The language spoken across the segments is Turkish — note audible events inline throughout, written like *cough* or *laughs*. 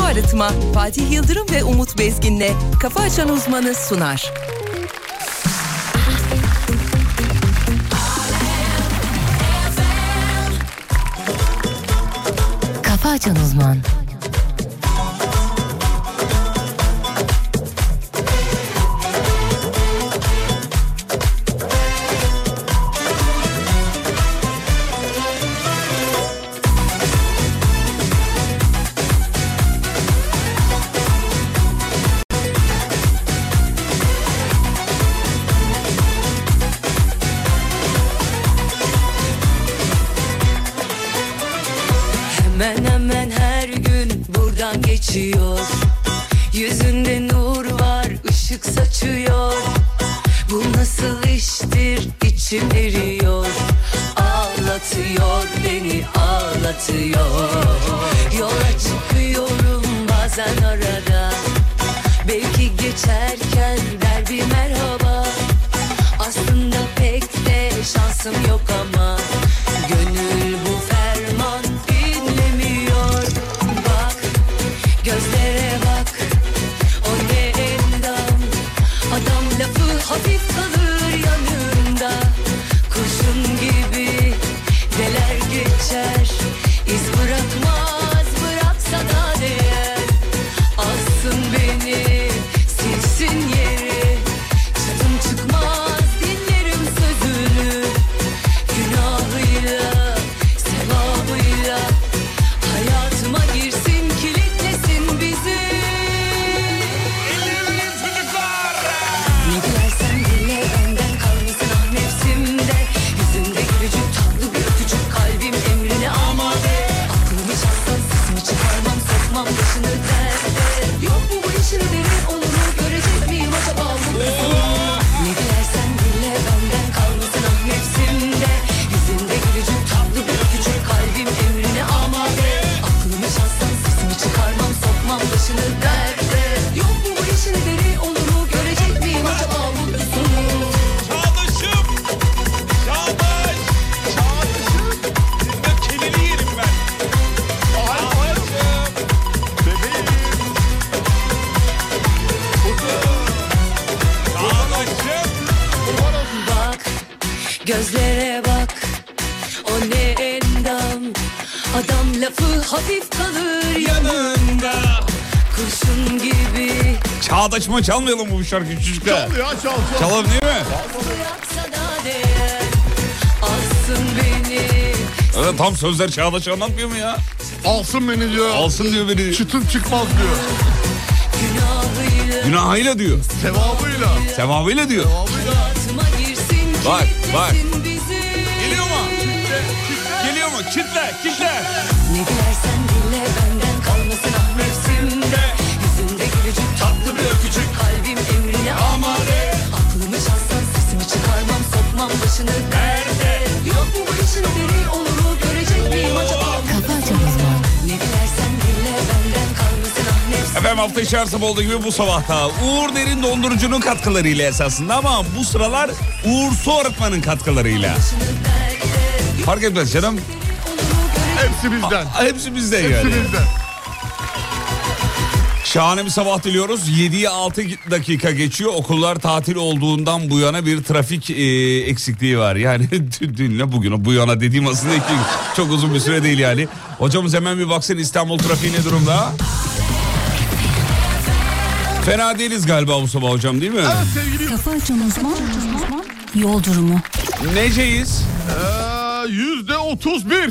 Arıtma Fatih Yıldırım ve Umut Bezgin'le Kafa Açan Uzmanı sunar. Kafa Açan Uzman Hemen hemen her gün buradan geçiyor Yüzünde nur var ışık saçıyor Bu nasıl iştir içim eriyor Ağlatıyor beni ağlatıyor Yola çıkıyorum bazen arada Belki geçerken der bir merhaba Aslında pek de şansım yok ama Gönül bu ferman dinlemiyor Bak gözlere bak o ne endam Adam lafı hafif kalır yanında Kurşun gibi deler geçer İz bırakmaz bıraksa da değer Alsın beni silsin yeri Çıtım çıkmaz dinlerim sözünü Günahıyla sevabıyla Hayatıma girsin kilitlesin bizi ne dilersen dile benden kalmasın ah nefsimde Yüzünde gülücük tatlı bir öpücük kalbim emrine amade Aklımı çalsan sesimi çıkarmam sokmam başını derde Yok mu bu işin ödemi olunu görecek miyim acaba mutlusunu Ne dilersen dile benden kalmasın ah nefsimde Yüzünde gülücük tatlı bir öpücük kalbim emrine amade Aklımı çalsan sesimi çıkarmam sokmam başını derde Yok mu bu işin ödemi olunu görecek miyim acaba mutlusunu Çağdaşım. Çağdaş. Çağdaşım. Sizden kelini yerim ben. Çağdaşım. Bebeğim. Kuzum. Çağdaşım. Bak gözlere bak o ne endam Adam lafı hafif kalır yanında Kurşun gibi Çağdaşıma çalmayalım bu şarkıyı çocuklar. Çalıyor ha, çal çal. Çalalım değil mi? bıraksa da değer Alsın beni Evet, tam sözler Çağdaş anlatmıyor mu ya? Alsın beni diyor. Alsın diyor beni. Çıtır çıkmaz diyor. günahıyla Günahıyla diyor. Sevabıyla. Sevabıyla diyor. hayatıma girsin Bak, bak. kilitlesin bizi Geliyor mu? Geliyor mu? Kitle, kitle. Ne dilersen dile benden kalmasın ah nefsimde Yüzünde gülücük tatlı bir öpücük kalbim emrine amade Aklımı çalsan sesimi çıkarmam sokmam başını derde Yok mu bu işin haberi olur mu görecek miyim acaba Kafa Açan Uzman Ne dilersen dile benden kalmasın ah nefsimde Efendim hafta içi her sabah olduğu gibi bu sabahta Uğur Derin Dondurucu'nun katkılarıyla esasında ama bu sıralar Uğur Su Arıtma'nın katkılarıyla. Fark etmez canım. Hepsi bizden. Hepsi bizde yani. Hepsi bizden. Şahane bir sabah diliyoruz. 7'ye 6 dakika geçiyor. Okullar tatil olduğundan bu yana bir trafik e, eksikliği var. Yani *laughs* dün- dünle bugüne bu yana dediğim aslında iki, çok uzun bir süre değil yani. Hocamız hemen bir baksın İstanbul trafiği ne durumda? Fena değiliz galiba bu sabah hocam değil mi? Evet sevgili Kafa Açan Uzman Yol durumu Neceyiz? Ee, Yüzde otuz bir.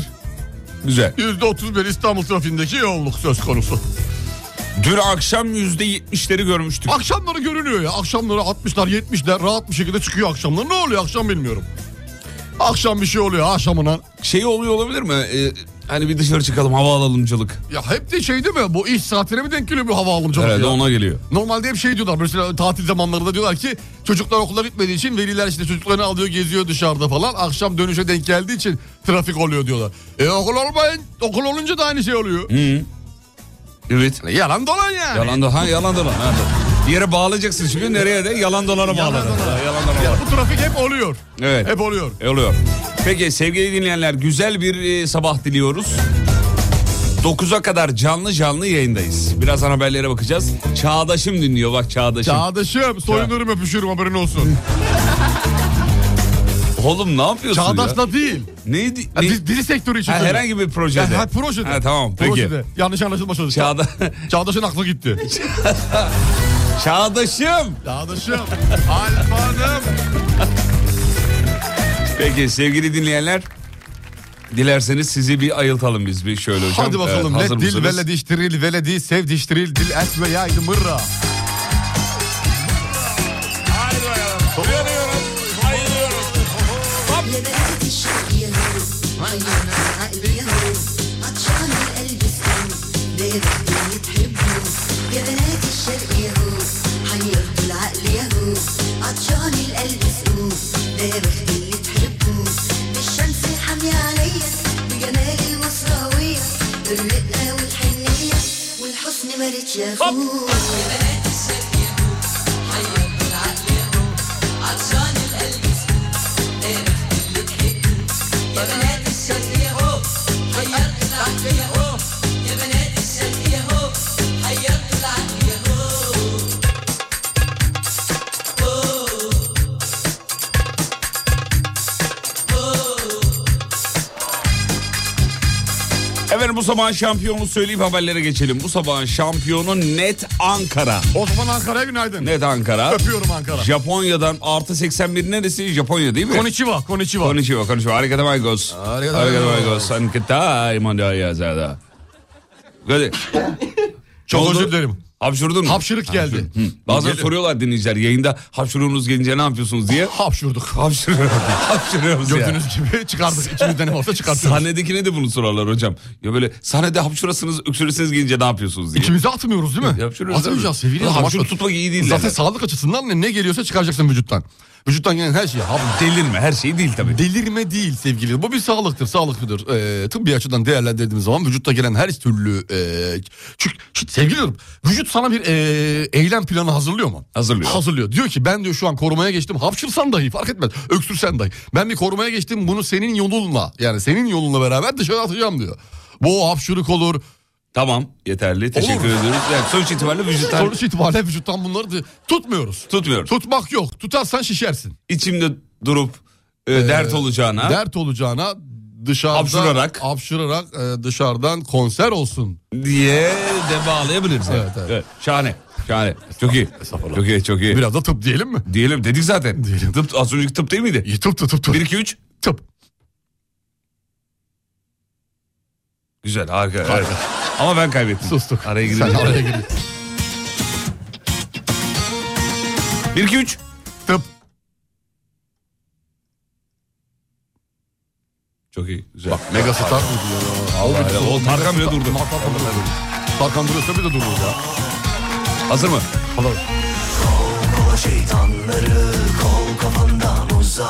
Güzel. Yüzde otuz bir İstanbul trafiğindeki yoğunluk söz konusu. Dün akşam yüzde yetmişleri görmüştük. Akşamları görünüyor ya. Akşamları 60'lar 70'ler rahat bir şekilde çıkıyor akşamları. Ne oluyor akşam bilmiyorum. Akşam bir şey oluyor akşamına. Şey oluyor olabilir mi? Ee, hani bir dışarı çıkalım hava alalımcılık. Ya hep de şey değil mi? Bu iş saatine mi denk geliyor bu hava alımcılığı Herhalde ya? ona geliyor. Normalde hep şey diyorlar mesela tatil zamanlarında diyorlar ki çocuklar okula gitmediği için veliler işte çocuklarını alıyor geziyor dışarıda falan. Akşam dönüşe denk geldiği için trafik oluyor diyorlar. E okul olmayın okul olunca da aynı şey oluyor. Evet. Yalan dolan yani. Yalan dolan. Ha yalan dolan. Ha, dur. Bir yere bağlayacaksın şimdi nereye de yalan dolana Yalan bağlanır. dolan. Ha, Yalan dolana Ya bağlanır. bu trafik hep oluyor. Evet. Hep oluyor. E, Oluyor. Peki sevgili dinleyenler güzel bir e, sabah diliyoruz. 9'a kadar canlı canlı yayındayız. Birazdan haberlere bakacağız. Çağdaşım dinliyor bak Çağdaşım. Çağdaşım soyunurum öpüşürüm haberin olsun. Oğlum ne yapıyorsun ya? Çağdaşla değil. Neydi? Ya, ne- di- dizi sektörü için. Ha, söyle. herhangi bir projede. Ya, ha, projede. Ha, tamam peki. Projede. Yanlış anlaşılma çalıştı. Çağda... *laughs* Çağdaş'ın aklı gitti. *laughs* Çağdaşım. Çağdaş'ım. Almanım. Peki sevgili dinleyenler. Dilerseniz sizi bir ayıltalım biz bir şöyle hocam. Hadi bakalım. Evet, Let hazır dil mısınız? vele diştiril vele di sev diştiril dil et ve yaydı mırra. Hadi bakalım. Uyanıyoruz. Ayılıyoruz. مرت يا اخوي Efendim bu sabahın şampiyonunu söyleyip haberlere geçelim. Bu sabahın şampiyonu net Ankara. O zaman Ankara'ya günaydın. Net Ankara. Öpüyorum Ankara. Japonya'dan artı 81 neresi? Japonya değil mi? Konnichiwa, konnichiwa. Konnichiwa, konnichiwa. Arigatomagos. Arigatomagos. Arigatomagos. Sankitai mandayazada. Böyle. Ne Çok oldu? özür dilerim. Hapşurdun mu? Hapşırık geldi. Hı. Bazen Gelir. soruyorlar dinleyiciler yayında hapşuruğunuz gelince ne yapıyorsunuz diye. Hapşurduk. Hapşırıyoruz. *laughs* Hapşırıyoruz ya. Gördüğünüz gibi çıkardık. İçimizden ne varsa çıkartıyoruz. Sahnedekine de bunu sorarlar hocam. Ya böyle sahnede hapşurasınız, öksürürseniz gelince ne yapıyorsunuz diye. İkimizi atmıyoruz değil mi? Yapşırıyoruz Atmayacağız değil mi? sevgili Hapşur damat. tutmak iyi değil Zaten yani. sağlık açısından ne, ne geliyorsa çıkaracaksın vücuttan. Vücuttan gelen her şeyi. Abi Delirme her şey değil tabii. delirme değil sevgili. Bu bir sağlıktır, sağlıklıdır. Ee, tıbbi açıdan değerlendirdiğimiz zaman vücutta gelen her türlü... E, çünkü çünkü sevgili diyorum, vücut sana bir e, eylem planı hazırlıyor mu? Hazırlıyor. Hazırlıyor. Diyor ki ben diyor şu an korumaya geçtim. Hapşırsan dahi fark etmez. Öksürsen dahi. Ben bir korumaya geçtim bunu senin yolunla yani senin yolunla beraber dışarı atacağım diyor. Bu hapşırık olur. Tamam yeterli teşekkür Olur. ediyoruz. Yani sonuç itibariyle vücuttan Sonuç itibariyle vücuttan bunları da- tutmuyoruz. tutmuyoruz. Tutmak yok. Tutarsan şişersin. İçimde durup e, dert olacağına Dert olacağına dışarıda Hapşırarak. hapşırarak, e, dışarıdan konser olsun. diye de bağlayabiliriz. Evet, evet. Şahane. Şahane. Çok iyi. Estağfurullah. Çok iyi çok iyi. Biraz da tıp diyelim mi? Diyelim dedik zaten. Diyelim. Tıp, az önceki tıp değil miydi? İyi, tıp da tıp tıp. 1 2 3 Tıp. Güzel harika. evet. Harika. Ama ben kaybettim. Sustuk. Araya Sen girelim. araya girdin. 1 2 3 Tıp. Çok iyi. Güzel. Mega star mıydı ya? Allah helal olsun. Tarkan bile durdu. Tarkan bile durdu. Tarkan duruyorsa bir de durur ya. Hazır mı? Helal. Kola şeytanları kol kafandan uza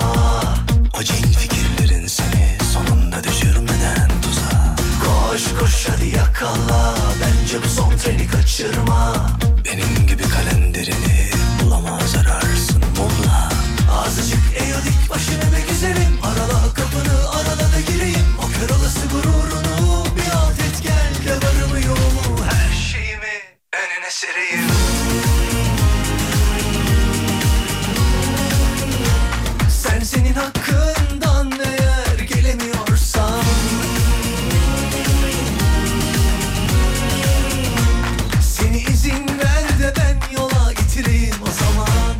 Acil fikirlerin seni sonunda düşürmeden tuza Koş koş hadi yakala bence bu son treni kaçırma Benim gibi kalenderini bulamaz ararsın molla Azıcık eğil başını be güzelim Arala kapını arada da gireyim O kör olası gururunu bir alt et gel De varımı yoğumu her şeyimi önüne sereyim Sen senin hakkından eğer gelemiyorsan Seni izin ver de ben yola getireyim o zaman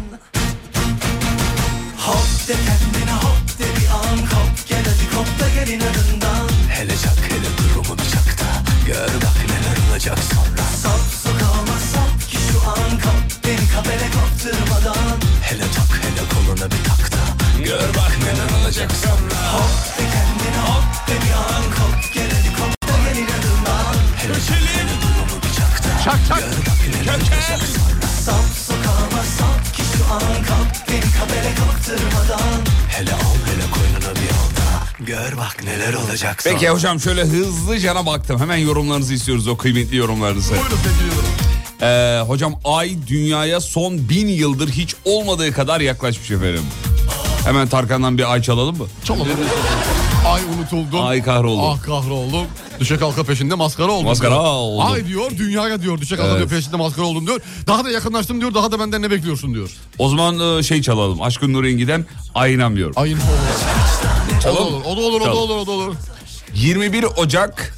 Hop de kendine hop de bir an Kop gel hadi kop da gel inadından Hele çak hele durumu bir çak da Gör bak neler olacak sonra Sap sokağıma sap ki şu an Kap beni kabele kaptırmadan Hele tak hele koluna bir tak da Gör bak neler olacak sonra Hop de kendine hop de bir an Kop gel hadi kop da gel inadından Hele çak hele durumu bir çak da Çak çak. Sap sokağıma sap ki şu an Kap beni kabele kaptırmadan Hele al hele koynuna bir al da Gör bak neler olacak sonra Peki hocam şöyle hızlıcana baktım. Hemen yorumlarınızı istiyoruz o kıymetli yorumlarınızı. Buyurun sevgili yıldırım. Ee, hocam ay dünyaya son bin yıldır hiç olmadığı kadar yaklaşmış efendim. Hemen Tarkan'dan bir ay çalalım mı? Çalalım. Ay unutuldum. Ay kahroldum. Ah kahroldum. Düşe kalka peşinde maskara oldum. Maskara diyor. oldum. Ay diyor dünyaya diyor düşe kalka Evet. diyor, peşinde maskara oldum diyor. Daha da yakınlaştım diyor daha da benden ne bekliyorsun diyor. O zaman e, şey çalalım. Aşkın Nurengi'den Ayinamıyorum. Ayın olur. O da Çalalım. olur o da olur o da Çalalım. olur o da olur. 21 Ocak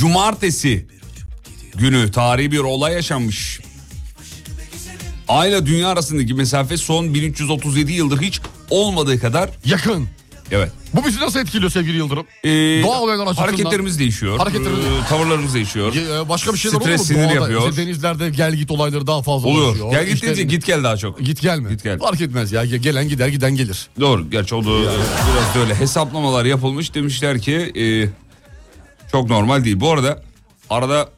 Cumartesi günü tarihi bir olay yaşanmış. Ay ile dünya arasındaki mesafe son 1337 yıldır hiç olmadığı kadar Yakın. evet. Bu bizi nasıl etkiliyor sevgili Yıldırım? Ee, Doğal olaylar açısından. hareketlerimiz değişiyor. Hareketlerimiz- Ee, tavırlarımız değişiyor. Ye- e, Başka bir şeyler olur mu? Stres, sinir Doğada, yapıyor. işte denizlerde gel git olayları daha fazla Oluyor. oluşuyor. Gel git İşte- deyince git gel daha çok. Git gelme. Git gel. Fark etmez ya. Ge- Gelen gider giden gelir. Doğru. Gerçi o da biraz böyle hesaplamalar yapılmış. Demişler ki e, çok normal değil. Bu arada arada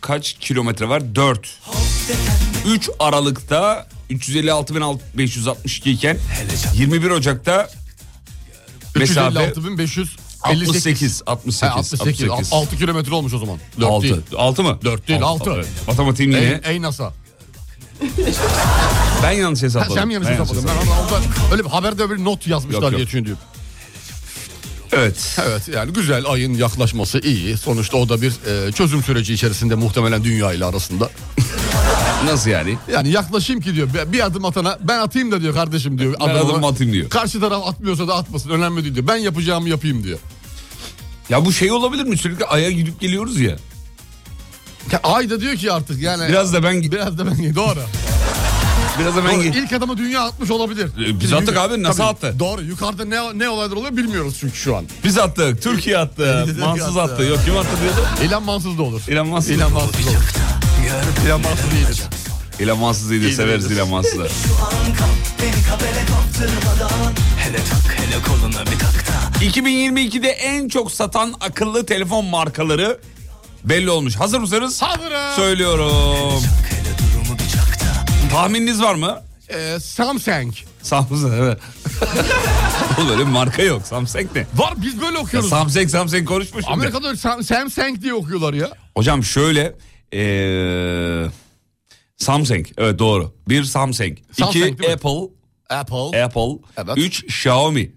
kaç kilometre var? 4. 3 Aralık'ta 356.562 iken 21 Ocak'ta mesafe 356.558. 68 68 Ha, 68. 68. 6 kilometre olmuş o zaman. 4 değil. 6. 6 mı? 4 değil, altı. Evet. Matematiğim yine. Ey, ey NASA. Ben yanlış Ha, hesapladım. sen mi yanlış Ben hesapladın? Ben ama orada öyle bir haberde bir not yazmışlar Yok, yok. diye düşündüm. Evet. Evet yani güzel ayın yaklaşması iyi. Sonuçta o da bir e, çözüm süreci içerisinde muhtemelen dünya ile arasında. Nasıl yani? Yani yaklaşayım ki diyor bir- bir adım atana ben atayım da diyor kardeşim diyor. adamıma. adım atayım diyor. Karşı taraf atmıyorsa da atmasın önemli değil diyor. Ben yapacağımı yapayım diyor. Ya bu şey olabilir mi? Sürekli aya gidip geliyoruz ya. Ya Ay da diyor ki artık yani. Biraz da ben Biraz da ben doğru. biraz da ben doğru. gi- İlk adamı dünya atmış olabilir. Ee, biz attık abi, nasıl attı? Doğru yukarıda ne, ne olaylar oluyor bilmiyoruz çünkü şu an. Biz attık, *laughs* Türkiye attı, Biz de Mansız attı. attı. Yok kim attı diyordu? Elon Mansız da olur. İlan Mansız. Elon Mansız olur. Elon Mansız değildir. İlan Mansız değil de severiz İlan Mansız'ı. Beni kabele kaptırmadan Hele tak hele koluna bir tak da 2022'de en çok satan akıllı telefon markaları belli olmuş. Hazır mısınız? Hazırım. Söylüyorum. Tak hele durumu bir çak da Tahmininiz var mı? Ee, Samsung. Samsung evet. *laughs* Oğlum öyle bir marka yok. Samsung ne? Var biz böyle Ya okuyoruz. Samsung Samsung konuşma şimdi. Amerika'da öyle Sam- Samsung diye okuyorlar ya. Hocam şöyle ee, Samsung evet doğru. Bir Samsung, Samsung, değil mi? iki Apple, Apple. Apple, Evet. 3 Xiaomi.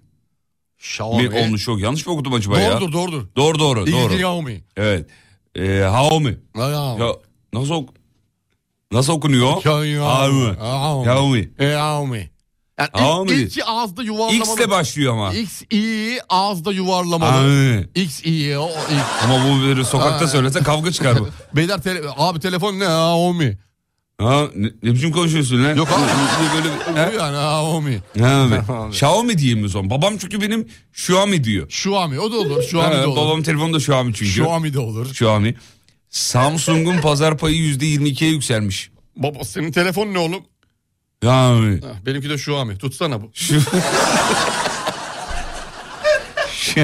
Xiaomi. Bir olmuş yok. Yanlış mı okudum acaba ya? Doğrudur doğrudur. Doğru doğru İyi doğru. Xiaomi. Evet. Ee, Xiaomi. Ya, Xiaomi. nasıl ok- nasıl okunuyor? Xiaomi. Xiaomi. Xiaomi. Xiaomi. Yani Xiaomi. ilk, ilki ağızda yuvarlamalı. X ile başlıyor ama. X, I, ağızda yuvarlamalı. Xiaomi. X, I, o, X. Ama bu böyle sokakta Aa. söylese kavga çıkar *laughs* bu. Beyler tele- abi telefon ne Xiaomi. Ha, ne, ne biçim konuşuyorsun lan? Yok abi. Ne *laughs* böyle bir- Bu ha? yani hani Xiaomi. *laughs* Xiaomi. Xiaomi diyeyim mi son? Babam çünkü benim Xiaomi diyor. Xiaomi o da olur. Xiaomi Ha, de olur. babam telefonu da Xiaomi çünkü. Xiaomi de olur. Xiaomi. Samsung'un pazar payı %22'ye yükselmiş. Baba senin telefon ne oğlum? Xiaomi. Heh, Benimki de Xiaomi. Tutsana bu. Şu... Şu-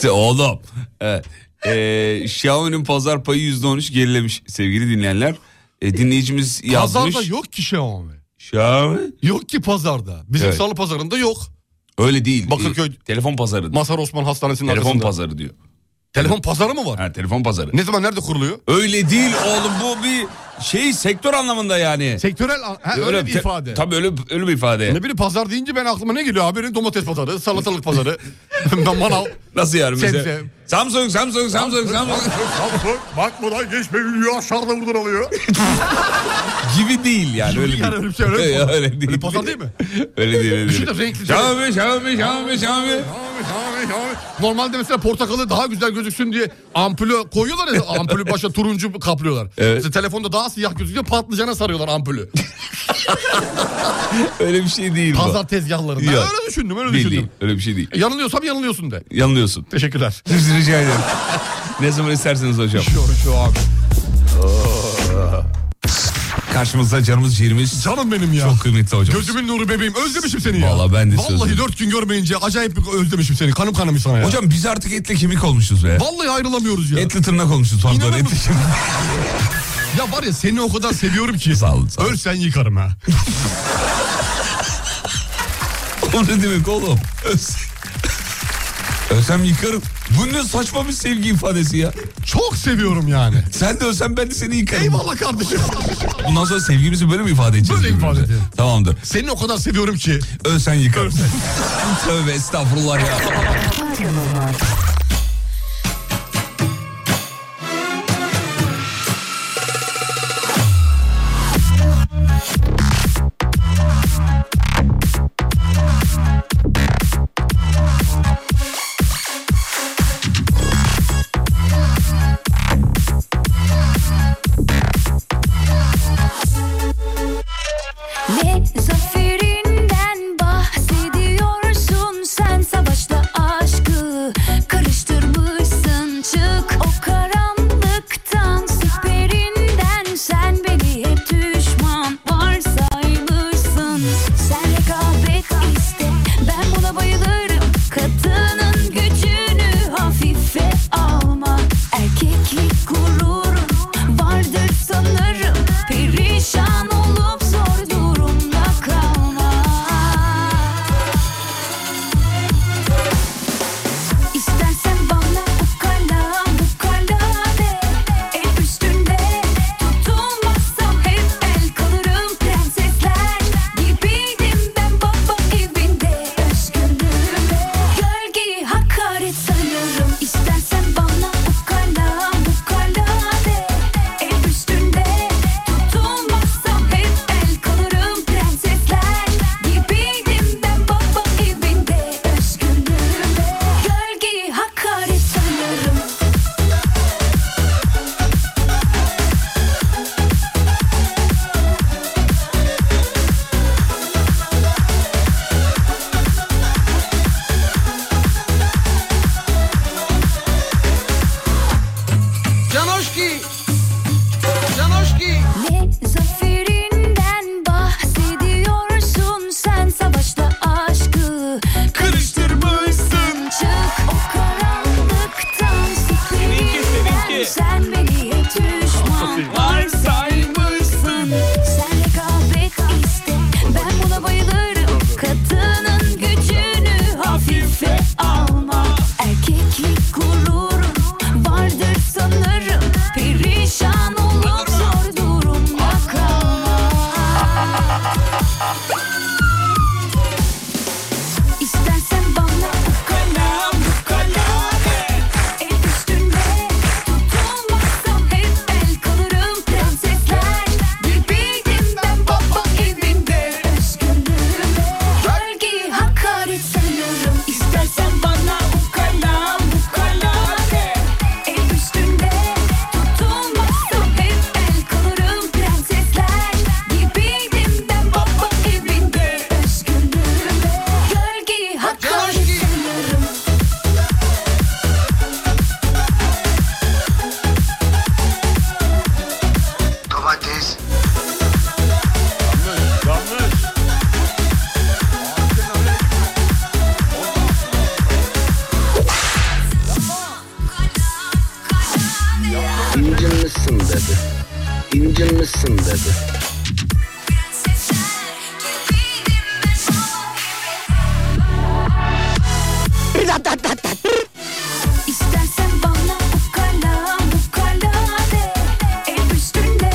Se- Oğlum. Evet. Ee, Xiaomi'nin pazar payı %13 gerilemiş sevgili dinleyenler. Ee, dinleyicimiz *laughs* yazmış. Pazarda yok ki Xiaomi. Xiaomi. Yok ki pazarda. Bizim Evet. salı pazarında yok. Öyle değil. Bakırköy- Ee, telefon pazarı. Masar Osman Hastanesi'nin telefon arkasında. pazarı diyor. Telefon pazarı mı var? Ha, telefon pazarı. Ne zaman nerede kuruluyor? Öyle değil oğlum bu bir şey sektör anlamında yani. Sektörel ha, öyle, bir te- ifade. Tabii öyle, öyle bir ifade. Ne bileyim pazar deyince ben aklıma ne geliyor abi? Benim domates pazarı, salatalık pazarı, *laughs* manav. Nasıl yani? mesela? Sebze. Samsung, Samsung, Samsung, Samsung *laughs* Bak buradan geçme biliyor aşağıda buradan alıyor. gibi değil yani. Öyle Yani değil. öyle bir şey, öyle bir Ya, pazar. *laughs* öyle değil. Öyle pazar değil mi? Öyle değil. Öyle Düşün değil. de renkli- şey. Xiaomi, Xiaomi, Xiaomi, Xiaomi. Abi, abi, abi. Normalde mesela portakalı daha güzel gözüksün diye ampulü koyuyorlar *laughs* ya ampulü başa turuncu kaplıyorlar. Evet. İşte telefonda daha siyah gözüküyor patlıcana sarıyorlar ampulü. Öyle bir şey değil bu. Pazar tezgahlarında. Yok. Öyle düşündüm öyle Değil, değil. düşündüm. Öyle bir şey değil. Yanılıyorsam yanılıyorsun de. Yanılıyorsun. Teşekkürler. Siz rica ederim. ne zaman isterseniz hocam. Şu, şu abi. Karşımızda canımız ciğerimiz. Canım benim ya. Çok kıymetli hocam. Gözümün nuru bebeğim özlemişim seni ya. Vallahi ben de sizi Vallahi özledim. dört gün görmeyince acayip bir özlemişim seni. Kanım kanamış sana ya. Hocam biz artık etli kemik olmuşuz be. Vallahi ayrılamıyoruz ya. Etli tırnak olmuşuz pardon. İnanamıyorum. Etli kemik. *laughs* Ya var ya seni o kadar seviyorum ki. Sağ olun, sağ olun. Ölsen yıkarım ha. *laughs* O ne demek oğlum? Ölsem yıkarım. Bu ne saçma bir sevgi ifadesi ya. Çok seviyorum yani. Sen de ölsen ben de seni yıkarım. Eyvallah kardeşim. Bundan sonra sevgimizi böyle mi ifade edeceğiz? Böyle ifade birbirimize? edelim. Tamamdır. Seni o kadar seviyorum ki. Ölsen yıkarım. Tövbe estağfurullah ya. Ne zaferinden bahsediyorsun sen savaşla aşkı karıştırmışsın çık o karanlıktan süperinden sen beni hep düşman varsaymışsın sen rekabet iste ben buna bayılırım kadının gücünü hafife alma erkeklik gururun vardır sanırım perişan olup zor durumda kalma. İstersen bana ukala ukala de El üstünde tutulmazsam hep el kalırım prensesler Gibiydim ben baba evinde özgürlüğümde Gölgeyi hakaret sanıyorum İstersen bana ukala ukala de El üstünde tutulmazsam hep el kalırım prensesler Gibiydim ben baba evinde özgürlüğümde Gölgeyi hakaret sanıyorum Ne zaferinden bahsediyorsun sen savaşla aşkı karıştırmışsın çık o karanlıktan süperinden sen beni hep düşman varsaymışsın sen rekabet iste ben buna bayılırım kadının gücünü hafife alma erkeklik gururun vardır sanırım perişan olup zor durumda kalma. İstersen bana ukala ukala de El üstünde tutulmazsam hep el kalırım prensesler Gibiydim ben baba evinde özgürlüğüme Gölgeyi hakaret sanıyorum İstersen bana ukala ukala de El üstünde tutulmazsam hep el kalırım prensesler Gibiydim ben baba evinde özgürlüğüme Gölgeyi hakaret sanıyorum Domates. İncinmişsin dedi. İncinmişsin dedi. İstersen bana ukala ukala de El üstünde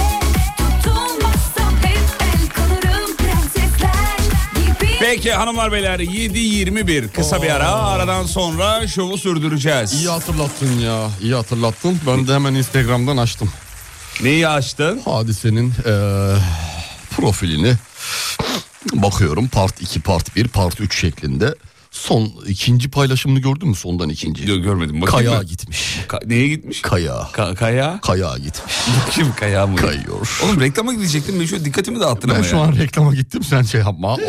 tutulmazsam hep el kalırım prensesler gibi Peki hanımlar beyler 7.21 kısa bir ara Oh. aradan sonra şovu sürdüreceğiz. İyi hatırlattın ya. İyi hatırlattın. Ben de hemen Instagram'dan açtım. Neyi açtın? Hadisenin eee, profilini bakıyorum. Part 2, part 1, part 3 şeklinde. Son ikinci paylaşımını gördün mü? Sondan ikinci. Yo, görmedim. Bakayım Kayağa ben. gitmiş. Ka- neye gitmiş? Kaya. Ka- kaya. Kayağa gitmiş. *laughs* Kim kaya mı? Kayıyor. Oğlum reklama gidecektim ben şu dikkatimi dağıttın Ben ama şu ya. an reklama gittim sen şey yapma. *laughs*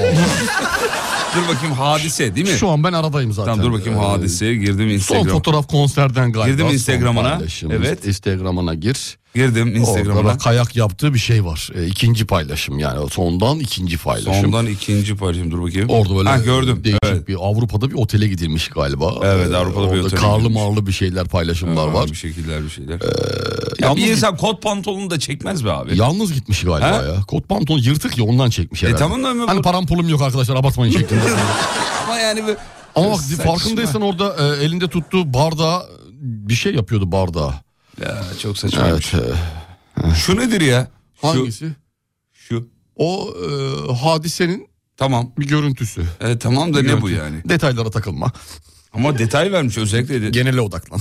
Dur bakayım hadise değil mi? şu an ben aradayım zaten. Tamam dur bakayım Ee, hadise girdim Son Instagram. fotoğraf konserden galiba. Girdim Son Instagram'ına. paylaşım. Evet. Instagram'ına gir. Girdim Orada da Instagram'a. kayak yaptığı bir şey var. E, ikinci paylaşım yani o sondan ikinci paylaşım. Ondan ikinci paylaşım dur bakayım. Orada böyle ha, gördüm. değişik Evet. bir Avrupa'da bir otele gidilmiş galiba. Evet, Ee, Avrupa'da bir orada otele Karlı gidilmiş. marlı bir şeyler paylaşımlar var. Ee, Bir şekiller bir şeyler. ya yalnız bir bir- insan kot pantolonu da çekmez be abi. Yalnız gitmiş galiba He? ya. Kot pantolon yırtık ya ondan çekmiş herhalde. E, tamam da- Hani param pulum yok arkadaşlar abartmayın şeklinde. *laughs* Ama yani bu- Ama bak Saçma. farkındaysan orada e, elinde tuttuğu bardağı bir şey yapıyordu bardağı. Ya çok saçma. Evet. e, Şu nedir ya? Şu- hangisi? Şu. O e, hadisenin Tamam. bir görüntüsü. E, tamam da ne bu yani? Detaylara takılma. Ama detay vermiş özellikle. de- Genele odaklan.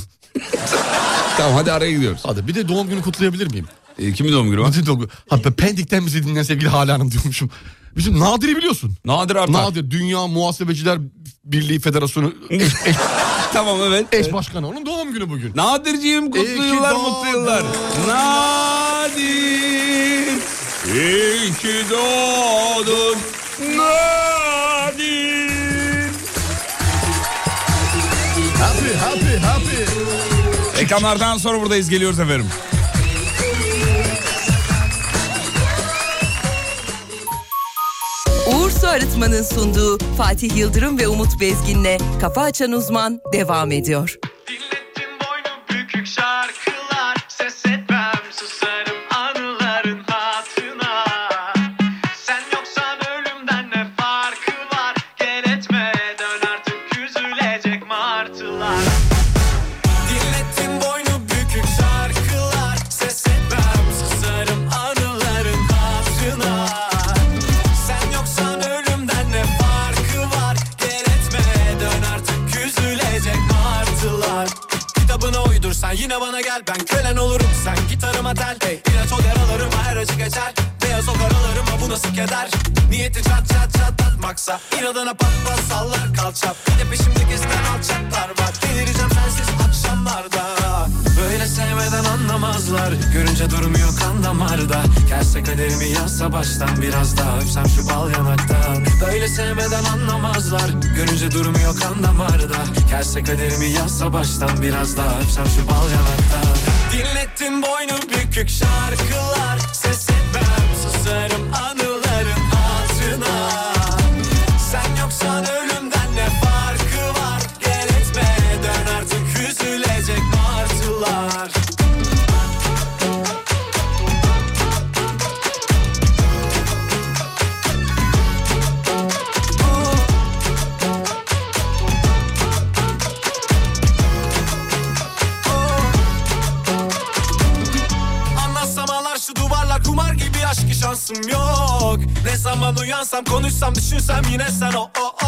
*laughs* Tamam hadi araya gidiyoruz. Hadi bir de doğum günü kutlayabilir miyim? E, kimin doğum günü var? Hadi doğum günü. Ha, ben Pendik'ten bizi dinleyen sevgili Hale Hanım diyormuşum. Bizim Nadir'i biliyorsun. Nadir Artar. Nadir Dünya Muhasebeciler Birliği *laughs* Federasyonu eş, eş, Tamam evet. eş başkanı. Onun doğum günü Ee, bugün. Nadir'ciğim İyi kutlu ki yıllar doğdun. mutlu yıllar. Nadir. İyi ki doğdun. Nadir. Happy happy happy. Reklamlardan sonra buradayız geliyoruz efendim. Uğur Su Arıtma'nın sunduğu Fatih Yıldırım ve Umut Bezgin'le Kafa Açan Uzman devam ediyor. Dinlettim boynu bükük şarkılar Ses etmem susarım anıların hatına Sen yoksan ölümden ne farkı var Gel etme dön artık üzülecek martılar Dinlettim boynu bükük şarkılar Ses etmem susarım anıların hatına Sen yoksan ölümden ne farkı var Gel etme dön artık üzülecek martılar Kitabını uydursan yine bana gel Ben kölen olurum sen gitarıma tel hey. İnaç o yaralarıma her acı geçer Beyaz o karalarıma bu nasıl keder Niyeti çat çat çat atmaksa İnadına pat pat sallar kalça Bir de peşimde gezen alçaklar var Delireceğim sensiz akşamlarda Böyle sevmeden anlamazlar Görünce durmuyor kan damarda Gelse kaderimi yazsa baştan Biraz daha öpsem şu bal yanaktan Böyle sevmeden anlamazlar Görünce durmuyor kan damarda Gelse kaderimi yazsa baştan Biraz daha öpsem şu bal yanaktan Dinlettim boynu bükük şarkılar Ses etmem susarım anıların hatırına sen yoksan ölümden ne farkı var? Gel etme dön artık üzülecek martılar. Anlatsamalar şu duvarlar kumar gibi aşkı şansım yok Ne zaman uyansam konuşsam düşünsem yine sen o o o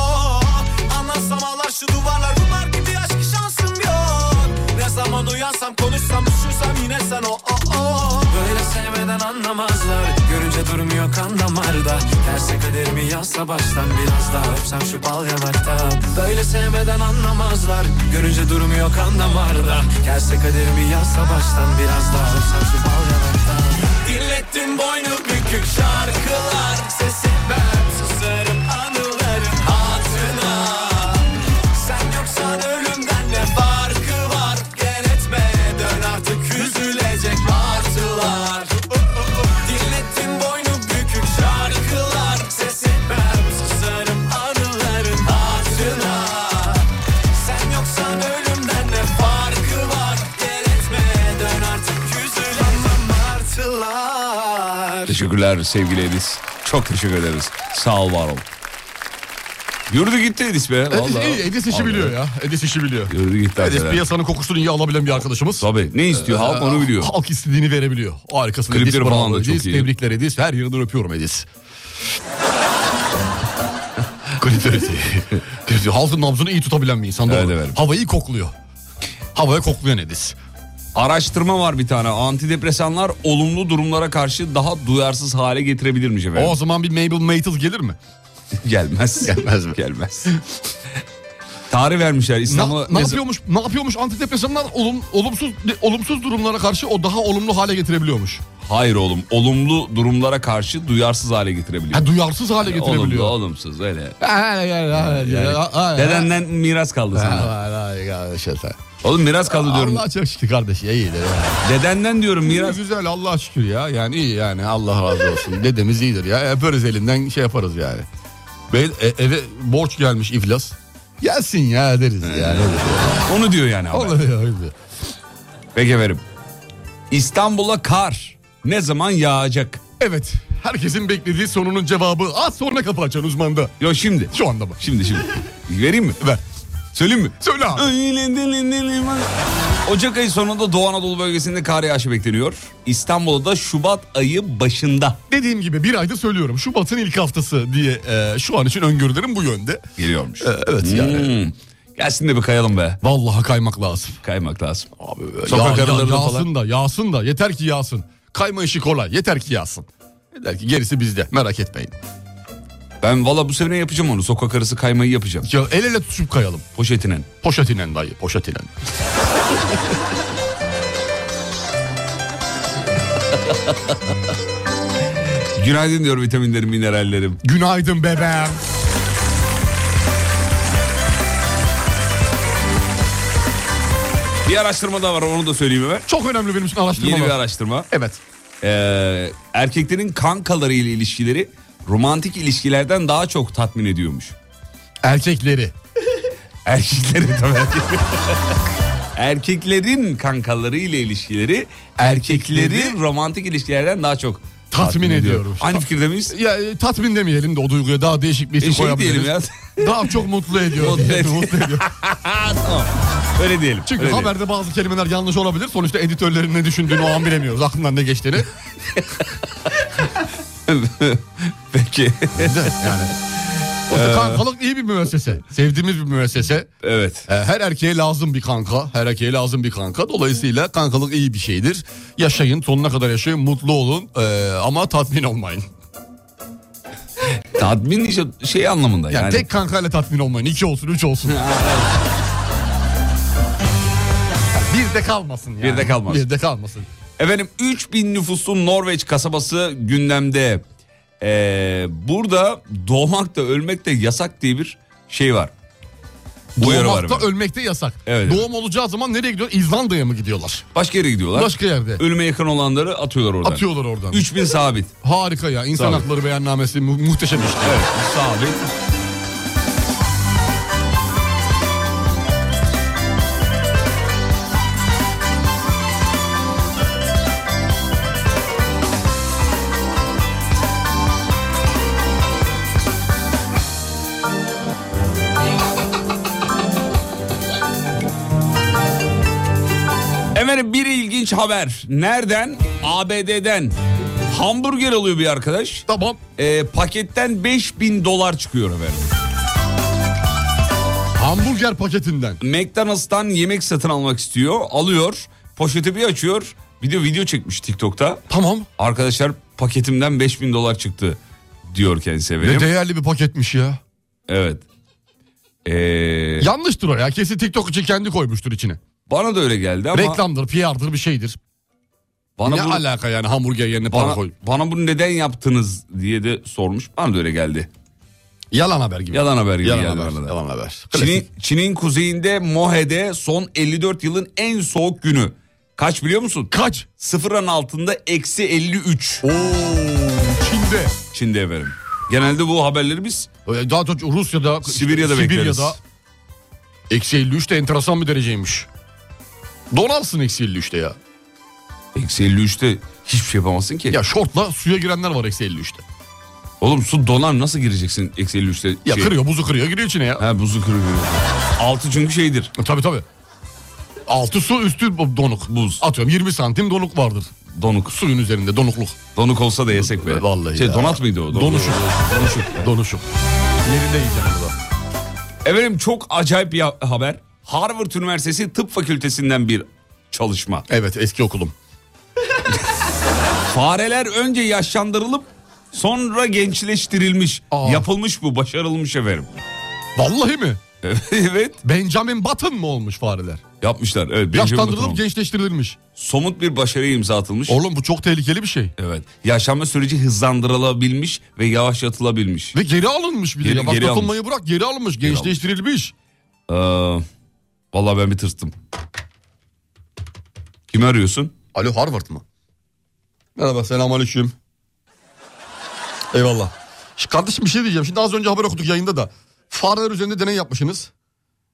Anlatsamalar şu duvarlar kumar gibi aşkı şansım yok Ne zaman uyansam konuşsam düşünsem yine sen o o o Böyle sevmeden anlamazlar görünce durmuyor kan damarda Terse kaderimi yazsa baştan biraz daha öpsem şu bal yanaktan Böyle sevmeden anlamazlar görünce durmuyor kan damarda Gelse kaderimi yazsa baştan biraz daha öpsem şu bal yanaktan Dinlettim boynu bükük şarkılar Ses etmem susarım anıların hatırına Sen yoksan ölümden ne farkı var Gel etme dön artık üzülecek martılar Dinlettim boynu bükük şarkılar Ses etmem susarım anıların hatırına Sen yoksan ölümden ne farkı var Gel etme dön artık üzülemem martılar Teşekkürler sevgili Edis. Çok teşekkür ederiz. Sağ ol var ol. Yürüdü gitti Edis be. Edis, vallahi. iyi, Edis işi Vallahi. biliyor ya. Ah, Edis işi biliyor. Yürüdü gitti Edis hakikaten. piyasanın kokusunu iyi alabilen bir arkadaşımız. Ee, Tabii. Ne istiyor halk onu biliyor. Halk istediğini verebiliyor. Harikasın. Klipleri Edis, bravo falan da çok Edis, iyi. Tebrikler Edis. Her yerinden öpüyorum Edis. *laughs* Klipleri Klipleri- Halkın nabzını iyi tutabilen bir insan. Doğru. Evet, evet. Havayı iyi kokluyor. Havaya kokluyor Edis. Araştırma var bir tane. Antidepresanlar olumlu durumlara karşı daha duyarsız hale getirebilirmiş efendim. O zaman bir Mabel Maytel gelir mi? Gelmez. *laughs* Gelmez mi? Gelmez. Tarih vermişler Ne, İslam'a. ne yapıyormuş? Ne yapıyormuş? Antidepresanlar olum, olumsuz olumsuz durumlara karşı o daha olumlu hale getirebiliyormuş. Hayır oğlum. Olumlu durumlara karşı duyarsız hale getirebiliyor. Ha, duyarsız hale Olumlu, getirebiliyor. olumsuz öyle. Neden Dedenden miras kaldı sana. Oğlum miras kaldı diyorum. Allah çok şükür kardeş iyi de. Dedenden diyorum miras. Güzel Allah şükür ya yani iyi yani Allah razı *laughs* olsun dedemiz iyidir ya öperiz elinden şey yaparız yani. Ve e- eve borç gelmiş iflas. Gelsin ya deriz yani. Onu diyor yani. haber. Olur ya. olur. Peki efendim. İstanbul'a kar ne zaman yağacak? Evet herkesin beklediği sorunun cevabı az sonra kapı açan uzmanda. Yo şimdi. Şu anda bak. Şimdi şimdi. Vereyim mi? Ver. Söyleyeyim mi? Söyle abi. Öyle deli deli var. Ocak ayı sonunda Doğu Anadolu bölgesinde kar yağışı bekleniyor. İstanbul'da da Şubat ayı başında. Dediğim gibi bir aydır söylüyorum. Şubat'ın ilk haftası diye e, şu an için öngörülerim bu yönde. Geliyormuş. E, evet yani. Hmm. Gelsin de bir kayalım be. Vallahi kaymak lazım. Kaymak lazım. Abi, Sokak aralarında yağsın falan. da yağsın da yeter ki yağsın. Kayma işi kolay yeter ki yağsın. Yeter ki gerisi bizde merak etmeyin. Ben valla bu sene yapacağım onu. Sokak arası kaymayı yapacağım. Ya el ele tutuşup kayalım. Poşetinin. Poşet inen dayı poşet inen. *laughs* Günaydın diyor vitaminlerim, minerallerim. Günaydın bebeğim. Bir araştırma daha var onu da söyleyeyim hemen. Çok önemli benim için araştırmalar. Yeni bir araştırma. Evet. Ee, erkeklerin kankaları ile ilişkileri romantik ilişkilerden daha çok tatmin ediyormuş. Erkekleri. Erkekleri tabii. *laughs* erkekleri. Erkeklerin kankaları ile ilişkileri erkekleri romantik ilişkilerden daha çok Tatmin ediyor. Hani ediyormuş. Aynı fikirde miyiz? Ya e, tatmin demeyelim de o duyguya daha değişik bir isim E, şey koyabiliriz. diyelim ya. Daha çok mutlu ediyor. Mutlu diye, ediyor. mutlu *laughs* ediyor. Tamam. *laughs* Öyle diyelim. Çünkü öyle diyelim. haberde bazı kelimeler yanlış olabilir. Sonuçta editörlerin ne düşündüğünü o an bilemiyoruz. Aklından ne geçtiğini. *laughs* Peki. yani. Oysa Ee. kankalık iyi bir müessese. Sevdiğimiz bir müessese. evet. E, Her erkeğe lazım bir kanka. Her erkeğe lazım bir kanka. Dolayısıyla kankalık iyi bir şeydir. Yaşayın sonuna kadar yaşayın. Mutlu olun. E, ama tatmin olmayın. Tatmin işte şey anlamında Yani, yani. tek kankayla tatmin olmayın. İki olsun, üç *laughs* olsun. bir de kalmasın yani. Bir de kalmasın. Bir de kalmasın. Efendim 3000 nüfuslu Norveç kasabası gündemde. Ee, burada doğmak da ölmek de yasak diye bir şey var. Uyarı var. Doğmakta efendim. ölmek de yasak. Evet. Doğum olacağı zaman nereye gidiyor? İzlanda'ya mı gidiyorlar? Başka yere gidiyorlar. Başka yerde. Ölüme yakın olanları atıyorlar oradan. Atıyorlar oradan. 3000 sabit. Harika ya. İnsan Tabii. hakları beyannamesi mu- muhteşem işte. Evet sabit. Efendim bir ilginç haber. Nereden? ABD'den. Hamburger alıyor bir arkadaş. Tamam. Ee, paketten 5000 dolar çıkıyor efendim. Hamburger paketinden. McDonald's'tan yemek satın almak istiyor. Alıyor. Poşeti bir açıyor. Bir de video çekmiş TikTok'ta. Tamam. Arkadaşlar paketimden 5000 dolar çıktı diyor kendisi Ne benim. değerli bir paketmiş ya. Evet. Ee, Yanlıştır o ya. Kesin TikTok için kendi koymuştur içine. bana da öyle geldi ama Reklamdır, PR'dır bir şeydir. bana ne bu, alaka yani hamburger yerine para bana, koy. bana bunu neden yaptınız diye de sormuş. Bana da öyle geldi. Yalan haber gibi. Yalan haber gibi Yalan geldi haber. bana da. Yalan haber. Çin'in, Çin'in kuzeyinde Mohe'de son 54 yılın en soğuk günü. Kaç biliyor musun? Kaç? Sıfırın altında eksi 53 Oo, Çin'de. Çin'de efendim. Genelde bu haberleri biz Ee, Daha çok Rusya'da, Sibirya'da bekleriz. eksi 53 de enteresan bir dereceymiş. Donarsın eksi 53'te ya. eksi 53'te hiçbir şey yapamazsın ki. Ya şortla suya girenler var eksi 53'te. Oğlum su donar nasıl gireceksin eksi 53'te? Ya şey- kırıyor buzu kırıyor giriyor içine ya. Ha buzu kırıyor. Altı çünkü şeydir. E, Tabii tabii. Altı su üstü bu- donuk. Buz. Atıyorum 20 santim donuk vardır. Donuk. Suyun üzerinde donukluk. Donuk olsa da yesek be. Vallahi şey, ya. Donat mıydı o? Donuk. Donuşuk. Donuşuk. Donuşuk. Yerinde yiyeceğim bunu. da. Efendim çok acayip bir ha- haber. Harvard Üniversitesi Tıp Fakültesinden bir çalışma. Evet eski okulum. Fareler önce yaşlandırılıp sonra gençleştirilmiş. Aa. Yapılmış bu, başarılmış efendim. Vallahi mi? evet, *laughs* Benjamin Button mı olmuş fareler? yapmışlar. Evet, Benjamin Button Yaşlandırılıp olmuş. gençleştirilmiş. Somut bir başarıya imza atılmış. Oğlum bu çok tehlikeli bir şey. Evet. Yaşlanma süreci hızlandırılabilmiş ve yavaşlatılabilmiş. Ve geri alınmış bir de. Geri- ya. Bak geri dokunmayı bırak geri alınmış. gençleştirilmiş. Ee, vallahi ben bir tırstım. Kimi arıyorsun? Alo Harvard mı? Merhaba selamünaleyküm. Eyvallah. Şş, Kardeşim bir şey diyeceğim. Şimdi az önce haber okuduk yayında da. Fareler üzerinde deney yapmışsınız.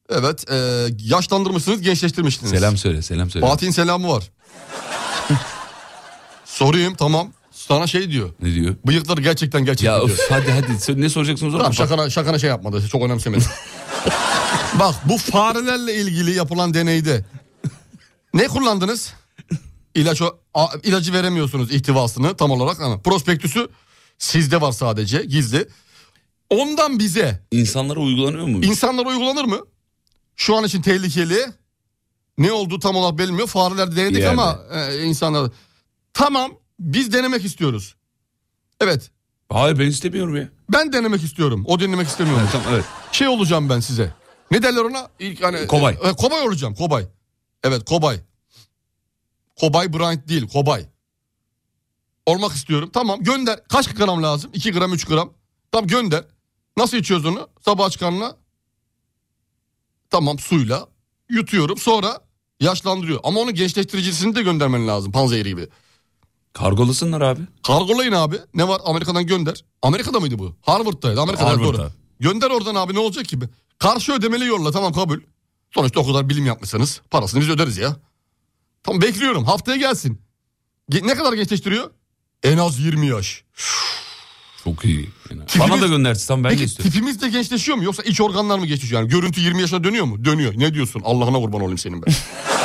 Evet e, yaşlandırmışsınız gençleştirmişsiniz. Selam söyle, selam söyle. Fatih'in selamı var. Sorayım tamam. Sana şey diyor. Ne diyor? Bıyıkları gerçekten gerçek Ya diyor. öf, hadi hadi Sen ne soracaksınız? *laughs* Tamam şakana, şakana şey yapmadı. Çok önemsemedi. Bak bu farelerle ilgili yapılan deneyde ne kullandınız? İlaç o- a- ilacı veremiyorsunuz ihtivasını tam olarak ama prospektüsü sizde var sadece gizli. Ondan bize İnsanlara uygulanıyor mu? İnsanlara uygulanır mı? Şu an için tehlikeli. Ne oldu tam olarak bilinmiyor. Fareler denedik Yerde. ama e, insanlar... Tamam biz denemek istiyoruz. Evet. Hayır ben istemiyorum ya. Ben denemek istiyorum. O denemek istemiyorum. Şey olacağım ben size. Ne derler ona? İlk hani Kobay. E, kobay olacağım. Kobay. Evet, kobay. Kobay Bryant değil, kobay. Olmak istiyorum. Tamam gönder. Kaç gram lazım? 2 gram, 3 gram. Tamam gönder. Nasıl içiyoruz onu? Sabah aç karnına. Tamam suyla yutuyorum. Sonra yaşlandırıyor. Ama onun gençleştiricisini de göndermen lazım. Panzehiri gibi. Kargolasınlar abi. Kargolayın abi. Ne var? Amerika'dan gönder. Amerika'da mıydı bu? Harvard'daydı. Amerika'da Harvard'da. doğru. Gönder oradan abi ne olacak ki? Karşı ödemeli yolla tamam kabul. Sonuçta o kadar bilim yapmışsanız parasını biz öderiz ya. Tamam bekliyorum haftaya gelsin. Ge- Ne kadar gençleştiriyor? En az 20 yaş. Çok iyi. Bana da göndersin tamam ben de Peki istiyorum. tipimiz de gençleşiyor mu yoksa iç organlar mı gençleşiyor? Yani görüntü 20 yaşına dönüyor mu? Dönüyor. Ne diyorsun? Allah'ına kurban olayım senin ben.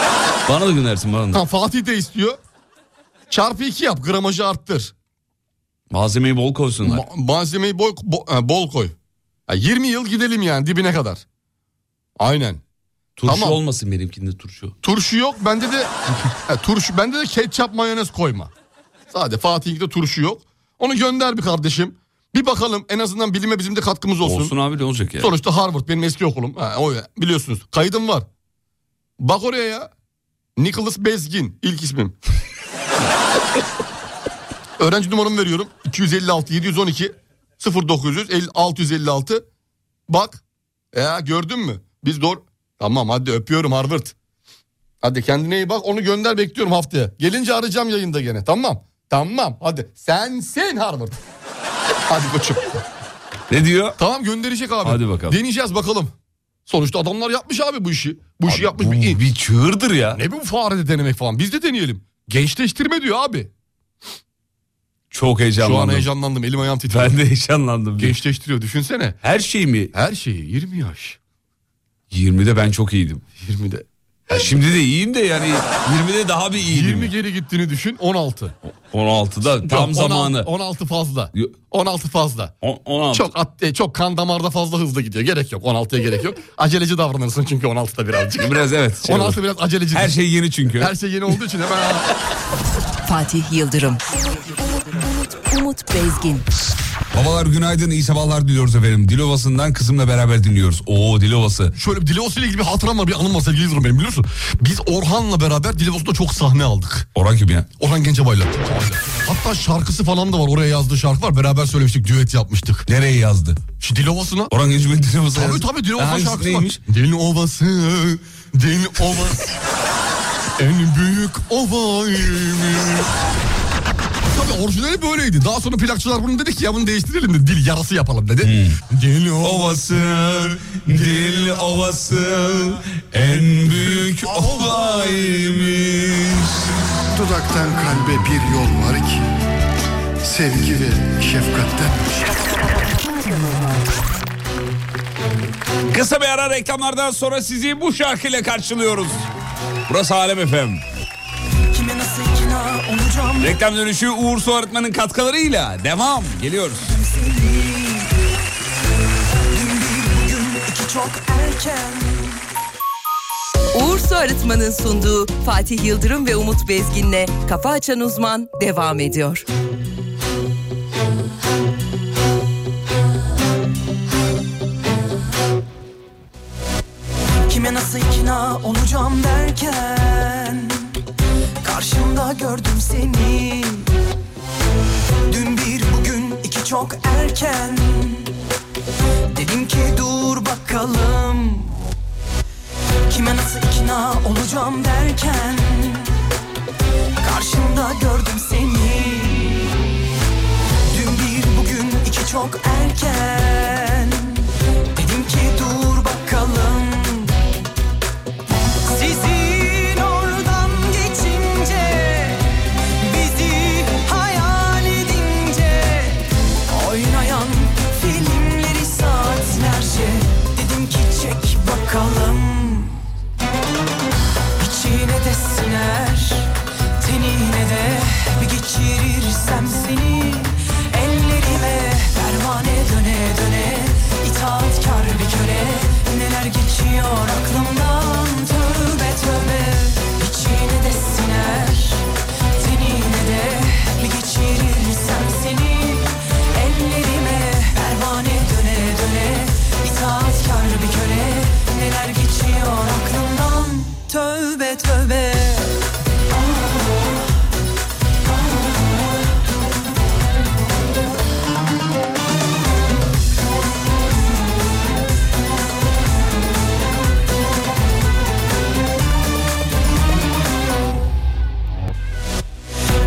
*laughs* Bana da göndersin bana da. tamam Fatih de istiyor. Çarpı 2 yap gramajı arttır. Malzemeyi bol koysunlar. Ma- malzemeyi boy, bo- ha, bol koy. Ha, 20 yıl gidelim yani dibine kadar. Aynen. turşu tamam. olmasın benimkinde turşu. Turşu yok. Bende *laughs* de ha, turşu bende de ketçap mayonez koyma. Sadece Fatih'te turşu yok. Onu gönder bir kardeşim. Bir bakalım en azından bilime bizim de katkımız olsun. Olsun, abi ne olacak ya? Sonuçta Harvard benim eski okulum. Ha, o ya, biliyorsunuz. Kaydım var. Bak oraya ya. Nicholas Bezgin ilk *laughs* ismim. Öğrenci numaramı veriyorum. 256 712 0900 el- 656. Bak. Ya E gördün mü? Biz doğru. Tamam hadi öpüyorum Harvard. Hadi kendine iyi bak onu gönder bekliyorum haftaya. Gelince arayacağım yayında gene tamam. Tamam hadi sensin Harvard. hadi koçum. Ne diyor? Tamam gönderecek abi. Hadi bakalım. Deneyeceğiz bakalım. Sonuçta adamlar yapmış abi bu işi. Bu işi yapmış. Bu bir- bir çığırdır ya. Ne bu farede denemek falan. Biz de deneyelim. Gençleştirme diyor abi. Çok Şu an heyecanlandım. heyecanlandım. Elim ayağım titriyor. *laughs* Ben de heyecanlandım. Gençleştiriyor düşünsene. Her şey mi? Her şeyi 20 yaş. 20'de ben çok iyiydim. 20'de. Ya şimdi de iyiyim de yani 20'de daha bir iyiydim. 20 geri gittiğini düşün 16. 16'da tam Yok, 16 zamanı. 16 fazla. Yo- 16 fazla. On- 16. Çok at, e, çok kan damarda fazla hızlı gidiyor. Gerek yok. 16'ya gerek *laughs* yok. Aceleci davranırsın çünkü 16'da birazcık. Biraz evet. şey 16 biraz aceleci. Her şey yeni çünkü. her şey yeni *laughs* olduğu için hemen Fatih Yıldırım. Umut Bezgin. Babalar günaydın, iyi sabahlar diliyoruz efendim. Dilovası'ndan kızımla beraber dinliyoruz. Oo Dilovası. Şöyle bir Dilovası ile ilgili bir hatıram var bir anım var sevgili İzmir benim biliyorsun. Biz Orhan'la beraber Dilovası'nda çok sahne aldık. Orhan kim ya? Orhan Gencebay'la. Hatta şarkısı falan da var oraya yazdığı şarkı var beraber söylemiştik düet yapmıştık. Nereye yazdı? Şu Dilovası'na. Orhan Gencebay'ın Dilovası Tabii yazdı. tabii Dilovası Hangisi şarkısı neymiş? var. Dilovası, Dilovası. en büyük ovaymış. Tabii orijinali böyleydi. Daha sonra plakçılar bunu dedi ki ya bunu değiştirelim dedi. Dil yarası yapalım dedi. Dilovası. Ovası, dil ovası, en büyük ovaymış. Dudaktan kalbe bir yol var ki sevgi ve şefkatten. Kısa bir ara reklamlardan sonra sizi bu şarkıyla karşılıyoruz. Burası Alem FM. Kime nasıl ikna olacağım Reklam dönüşü Uğur Su Arıtman'ın katkılarıyla devam. Geliyoruz. seni Dün bir bugün iki çok er. erken Uğur Su Arıtman'ın sunduğu Fatih Yıldırım ve Umut Bezgin'le Kafa Açan Uzman devam ediyor. Kime nasıl ikna olacağım derken Karşımda gördüm seni Dün bir bugün iki çok erken Dedim ki dur bakalım Kime nasıl ikna olacağım derken Karşımda gördüm seni Dün bir bugün iki çok erken Dedim ki dur bakalım sizin oradan geçince bizi hayal edince oynayan filmleri saatlerce dedim ki çek bakalım.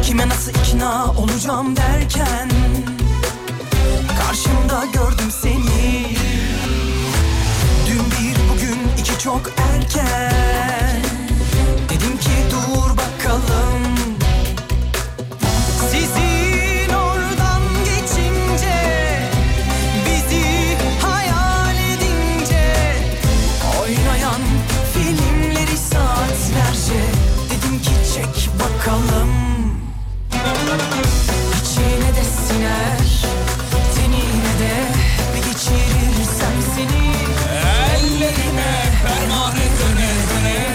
Kime nasıl ikna olacağım derken Karşımda gördüm seni Dün bir bugün iki çok erken Dedim ki dur bakalım Sizin oradan geçince Bizi hayal edince Oynayan filmleri saatlerce Dedim ki çek bakalım İçine de siner Tenine de bir geçirirsem seni Ellerime pervane döne döne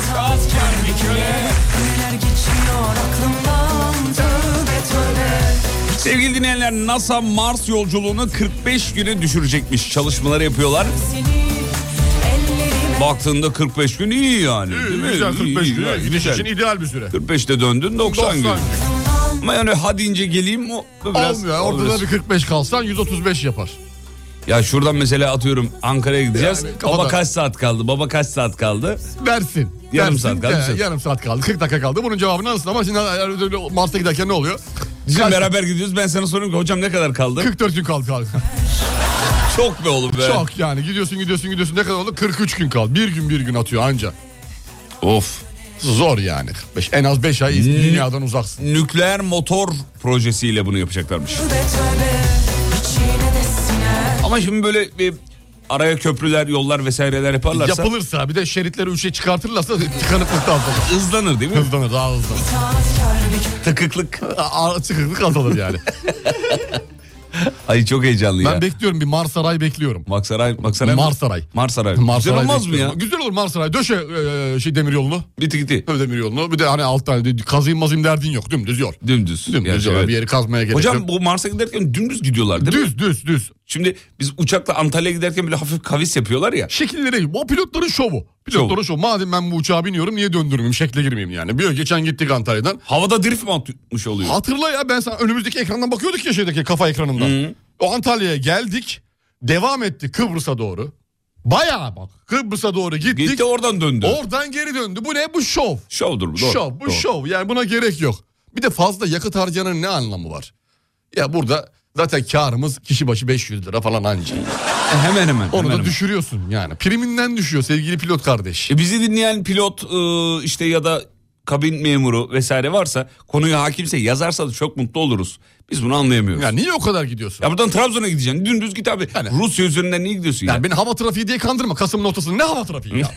İtaatkar bir köle Neler geçiyor aklımdan tövbe tövbe Sevgili dinleyenler NASA Mars yolculuğunu 45 güne düşürecekmiş. Çalışmaları yapıyorlar. Baktığında 45 gün iyi yani. değil mi? güzel, 45 gün, güzel, gidiş güzel. için ideal bir süre. 45'te döndün 90, gün. 90 Ama yani hadi ince geleyim o biraz Olmuyor. Orada da biraz- bir 45 kalsan 135 yapar. Ya şuradan mesela atıyorum Ankara'ya gideceğiz. Yani kafada. baba kaç saat kaldı? Baba kaç saat kaldı? Dersin. Yarım Dersin saat kaldı, de, bir saat. Yarım saat kaldı. 40 dakika kaldı. Bunun cevabını alırsın ama şimdi öyle Mars'a giderken ne oluyor? Şimdi beraber gidiyoruz. Ben sana soruyorum ki hocam ne kadar kaldı? 44 gün kaldı kaldı. *laughs* Çok be oğlum be. Çok yani gidiyorsun gidiyorsun gidiyorsun ne kadar oldu? 43 gün kaldı. Bir gün bir gün atıyor anca. Of. Zor yani 45. En az 5 ay dünyadan uzaksın. Nükleer motor projesiyle bunu yapacaklarmış. Ama şimdi böyle bir araya köprüler, yollar vesaireler yaparlarsa Yapılırsa bir de şeritleri 3'e çıkartırlarsa tıkanıklık da azalır. *laughs* hızlanır değil mi? Hızlanır daha hızlanır. Tıkıklık. Tıkıklık azalır yani. Ay çok heyecanlı ben ya. bekliyorum bir Marsaray bekliyorum. Marsaray, Marsaray. mı? Marsaray. Marsaray. Marsaray Güzel olmaz mı ya? bekliyorum. Güzel olur Marsaray. Döşe e, şey demir yolunu. Bitti gitti. Demir yolunu. Bir de hani alttan kazayım mazayım derdin yok. Dümdüz yol. Dümdüz. Dümdüz yol. evet. Bir yeri kazmaya gerek yok. Hocam bu Mars'a giderken dümdüz gidiyorlar değil mi? Düz düz düz. Şimdi biz uçakla Antalya'ya giderken böyle hafif kavis yapıyorlar ya. Şekillere gibi. O pilotların şovu. Pilotların şovu. Madem ben bu uçağa biniyorum niye döndürmeyeyim? Şekle girmeyeyim yani. Bir geçen gittik Antalya'dan. Havada drift mi atmış oluyor? Hatırla ya ben sana önümüzdeki ekrandan bakıyorduk ya şeydeki kafa ekranından. O Antalya'ya geldik. Devam etti Kıbrıs'a doğru. Bayağı bak Kıbrıs'a doğru gittik. Gitti oradan döndü. Oradan geri döndü. Bu ne? Bu şov. Şovdur bu. Doğru. şov. Bu doğru. şov. Yani buna gerek yok. Bir de fazla yakıt harcayanın ne anlamı var? Ya burada zaten karımız kişi başı 500 lira falan anca. E, hemen hemen. Onu hemen da hemen. düşürüyorsun yani. Priminden düşüyor sevgili pilot kardeş. E, bizi dinleyen pilot e, işte ya da kabin memuru vesaire varsa konuya hakimse yazarsa da çok mutlu oluruz. Biz bunu anlayamıyoruz. Ya niye o kadar gidiyorsun? Ya buradan Trabzon'a gideceksin. Dümdüz git abi. Rusya üzerinden niye gidiyorsun ya? Yani beni hava trafiği diye kandırma. Kasım'ın ortasında ne hava trafiği ya?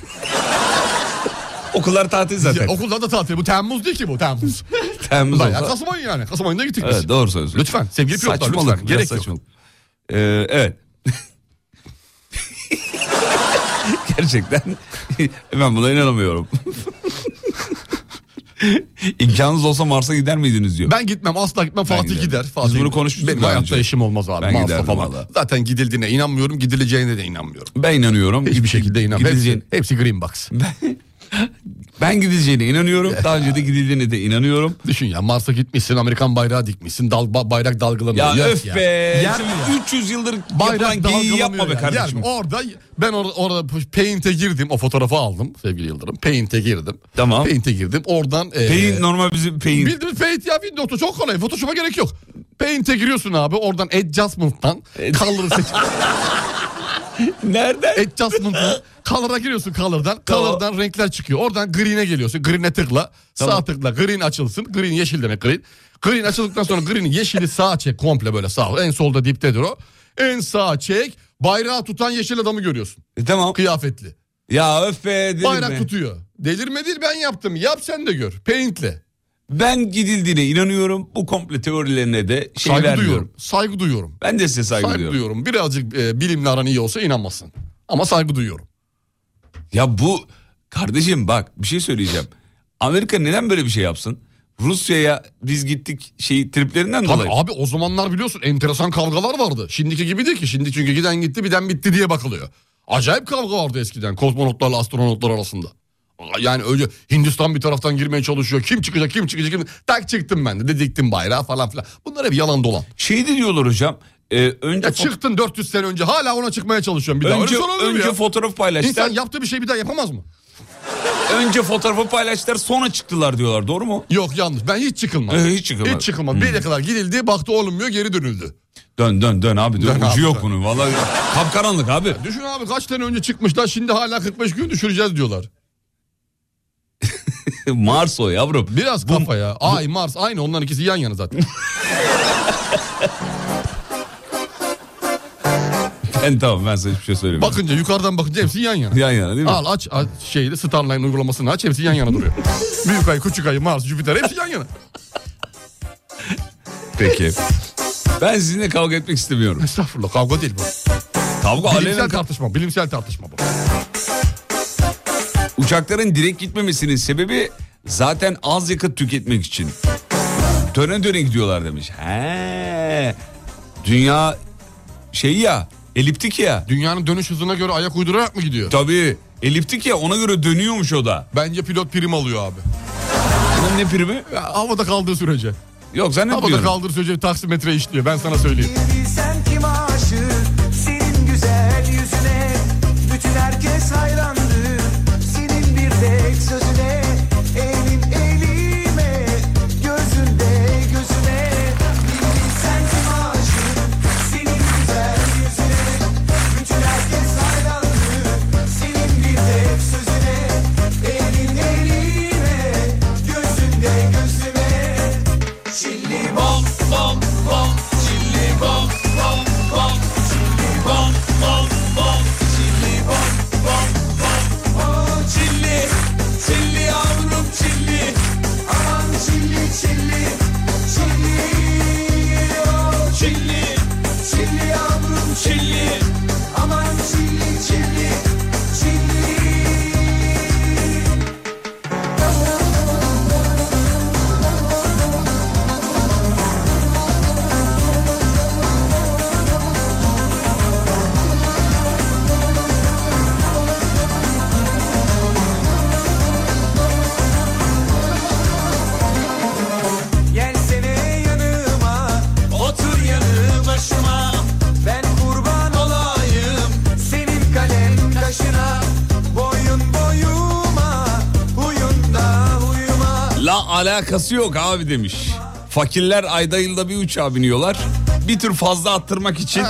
Okullar tatil zaten. Ya okullarda tatil. Bu Temmuz değil ki bu Temmuz. *laughs* *laughs* Temmuz Ulan ya olsa- Kasım ayı yani. Kasım ayında gittik biz. Evet doğru söylüyorsun. Lütfen sevgili pilotlar Saçmalık, lütfen. biraz Gerek yok. saçmalık. Ee, evet. *laughs* Gerçekten *laughs* ben buna inanamıyorum. *laughs* İmkanınız olsa Mars'a gider miydiniz diyor. Ben gitmem asla gitmem Ben Fatih giderim. gider. Biz Fatih bunu gider. konuşmuştuk Benim daha hayatta önce. işim olmaz abi. Ben Mars'la giderdim falan. valla. Zaten gidildiğine inanmıyorum gidileceğine de inanmıyorum. Ben inanıyorum. Hiçbir şekilde inanmıyorum. Hepsi, Gidileceğin- hepsi green *laughs* box. Ben gideceğine *laughs* inanıyorum. Daha önce de gidildiğine de inanıyorum. Düşün ya Mars'a gitmişsin Amerikan bayrağı dikmişsin dal, ba- bayrak dalgalanıyor. Ya Yer öf ya. be. Yer mi ya? Şimdi 300 yıldır Bayrak yapılan geyiği dalgalanıyor yapma be yani. Yer kardeşim. mi? orada ben or- orada Paint'e girdim. O fotoğrafı aldım sevgili Yıldırım. Paint'e girdim. Tamam. Paint'e girdim. Oradan e, Peyin normal bizim peyin. Bildiğimiz Paint ya Windows'ta çok kolay. Photoshop'a gerek yok. Paint'e giriyorsun abi. Oradan adjustment'tan color'ı seç. *laughs* Nereden? adjustment'tan color'a giriyorsun color'dan. Color'dan renkler çıkıyor. Oradan green'e geliyorsun. Green'e tıkla. Sağ tıkla. Green açılsın. Green yeşil demek green. Green açıldıktan sonra green'i yeşili sağa çek komple böyle sağ. En solda diptedir o. En sağa çek. Bayrağı tutan yeşil adamı görüyorsun. E, tamam. Kıyafetli. Ya öf be. delirme. Bayrak tutuyor. Delirme değil ben yaptım. Yap sen de gör. Paint'le. Ben gidildiğine inanıyorum. Bu komple teorilerine de şey Saygı vermiyorum. duyuyorum. Saygı duyuyorum. Ben de size saygı, saygı duyuyorum. duyuyorum. Birazcık e, bilimle aran iyi olsa inanmasın. Ama saygı duyuyorum. Ya bu kardeşim bak bir şey söyleyeceğim. Amerika neden böyle bir şey yapsın? Rusya'ya biz gittik şey triplerinden Tabii dolayı. abi o zamanlar biliyorsun enteresan kavgalar vardı. Şimdiki gibi değil ki. Şimdi çünkü giden gitti biden bitti diye bakılıyor. Acayip kavga vardı eskiden kozmonotlarla astronotlar arasında. Yani öyle Hindistan bir taraftan girmeye çalışıyor. Kim çıkacak kim çıkacak kim... Tak çıktım ben de dediktim bayrağı falan filan. Bunlar hep yalan dolan. Şey de diyorlar hocam. e, önce Ya fo- çıktın 400 sene önce hala ona çıkmaya çalışıyorum bir daha. önce, Öyle şey olur mu önce ya? fotoğraf İnsan paylaştılar. yaptığı bir şey bir daha yapamaz mı? Önce fotoğrafı paylaştılar sonra çıktılar diyorlar doğru mu? Yok yanlış ben hiç çıkılmadım. Ee, hiç çıkılmadı. Hiç çıkılmadı. Bir yere kadar gidildi baktı olmuyor geri dönüldü. Dön dön dön abi dön. Dön Ucu abi, yok dön. bunun vallahi kapkaranlık abi. Düşün abi kaç tane önce çıkmışlar şimdi hala 45 gün düşüreceğiz diyorlar. *laughs* Mars o yavrum. Biraz kafa ya. Ay Mars aynı onların ikisi yan yana *laughs* zaten. Ben tamam ben sana hiçbir şey söylemiyorum. bakınca yukarıdan bakınca hepsi yan yana. Yan yana değil mi? Al aç, aç şeyde Starline uygulamasını aç hepsi yan yana *laughs* duruyor. Büyük ay küçük ay Mars Jüpiter hepsi yan yana. Peki. Ben sizinle kavga etmek istemiyorum. Estağfurullah kavga değil bu. Kavga bilimsel alenen tartışma bilimsel tartışma bu. Uçakların direkt gitmemesinin sebebi zaten az yakıt tüketmek için. Döne döne gidiyorlar demiş. He. Dünya şey ya eliptik ya. Dünyanın dönüş hızına göre ayak uydurarak mı gidiyor? Tabii eliptik ya ona göre dönüyormuş o da. Bence pilot prim alıyor abi. Bunun ne primi? Ya, havada kaldığı sürece. Yok Havada zannetmiyorum. kaldığı sürece taksimetre işliyor ben sana söyleyeyim. Bilsen kim aşık senin güzel yüzüne Bütün herkes hayrandı senin bir tek sözüne Elin elime gözünde gözüme Bilsen kim aşık senin güzel yüzüne Bütün herkes hayrandı senin bir tek sözüne Elin elime gözünde gözüme Çilli bom bom bom Çilli bom bom bom Çilli bom bom bom Çilli bom bom bom Oh çilli Çilli yavrum çilli Aman çilli çilli Çilli oh çilli Çilli yavrum çilli Aman çilli çilli Çilli Gelsene yanıma, otur yanı başıma. Ben kurban olayım senin kalem kaşına. Boyun boyuma, huyunda huyuma. La alakası yok abi demiş. Fakirler ayda yılda bir uçağa biniyorlar. Bir tür fazla attırmak için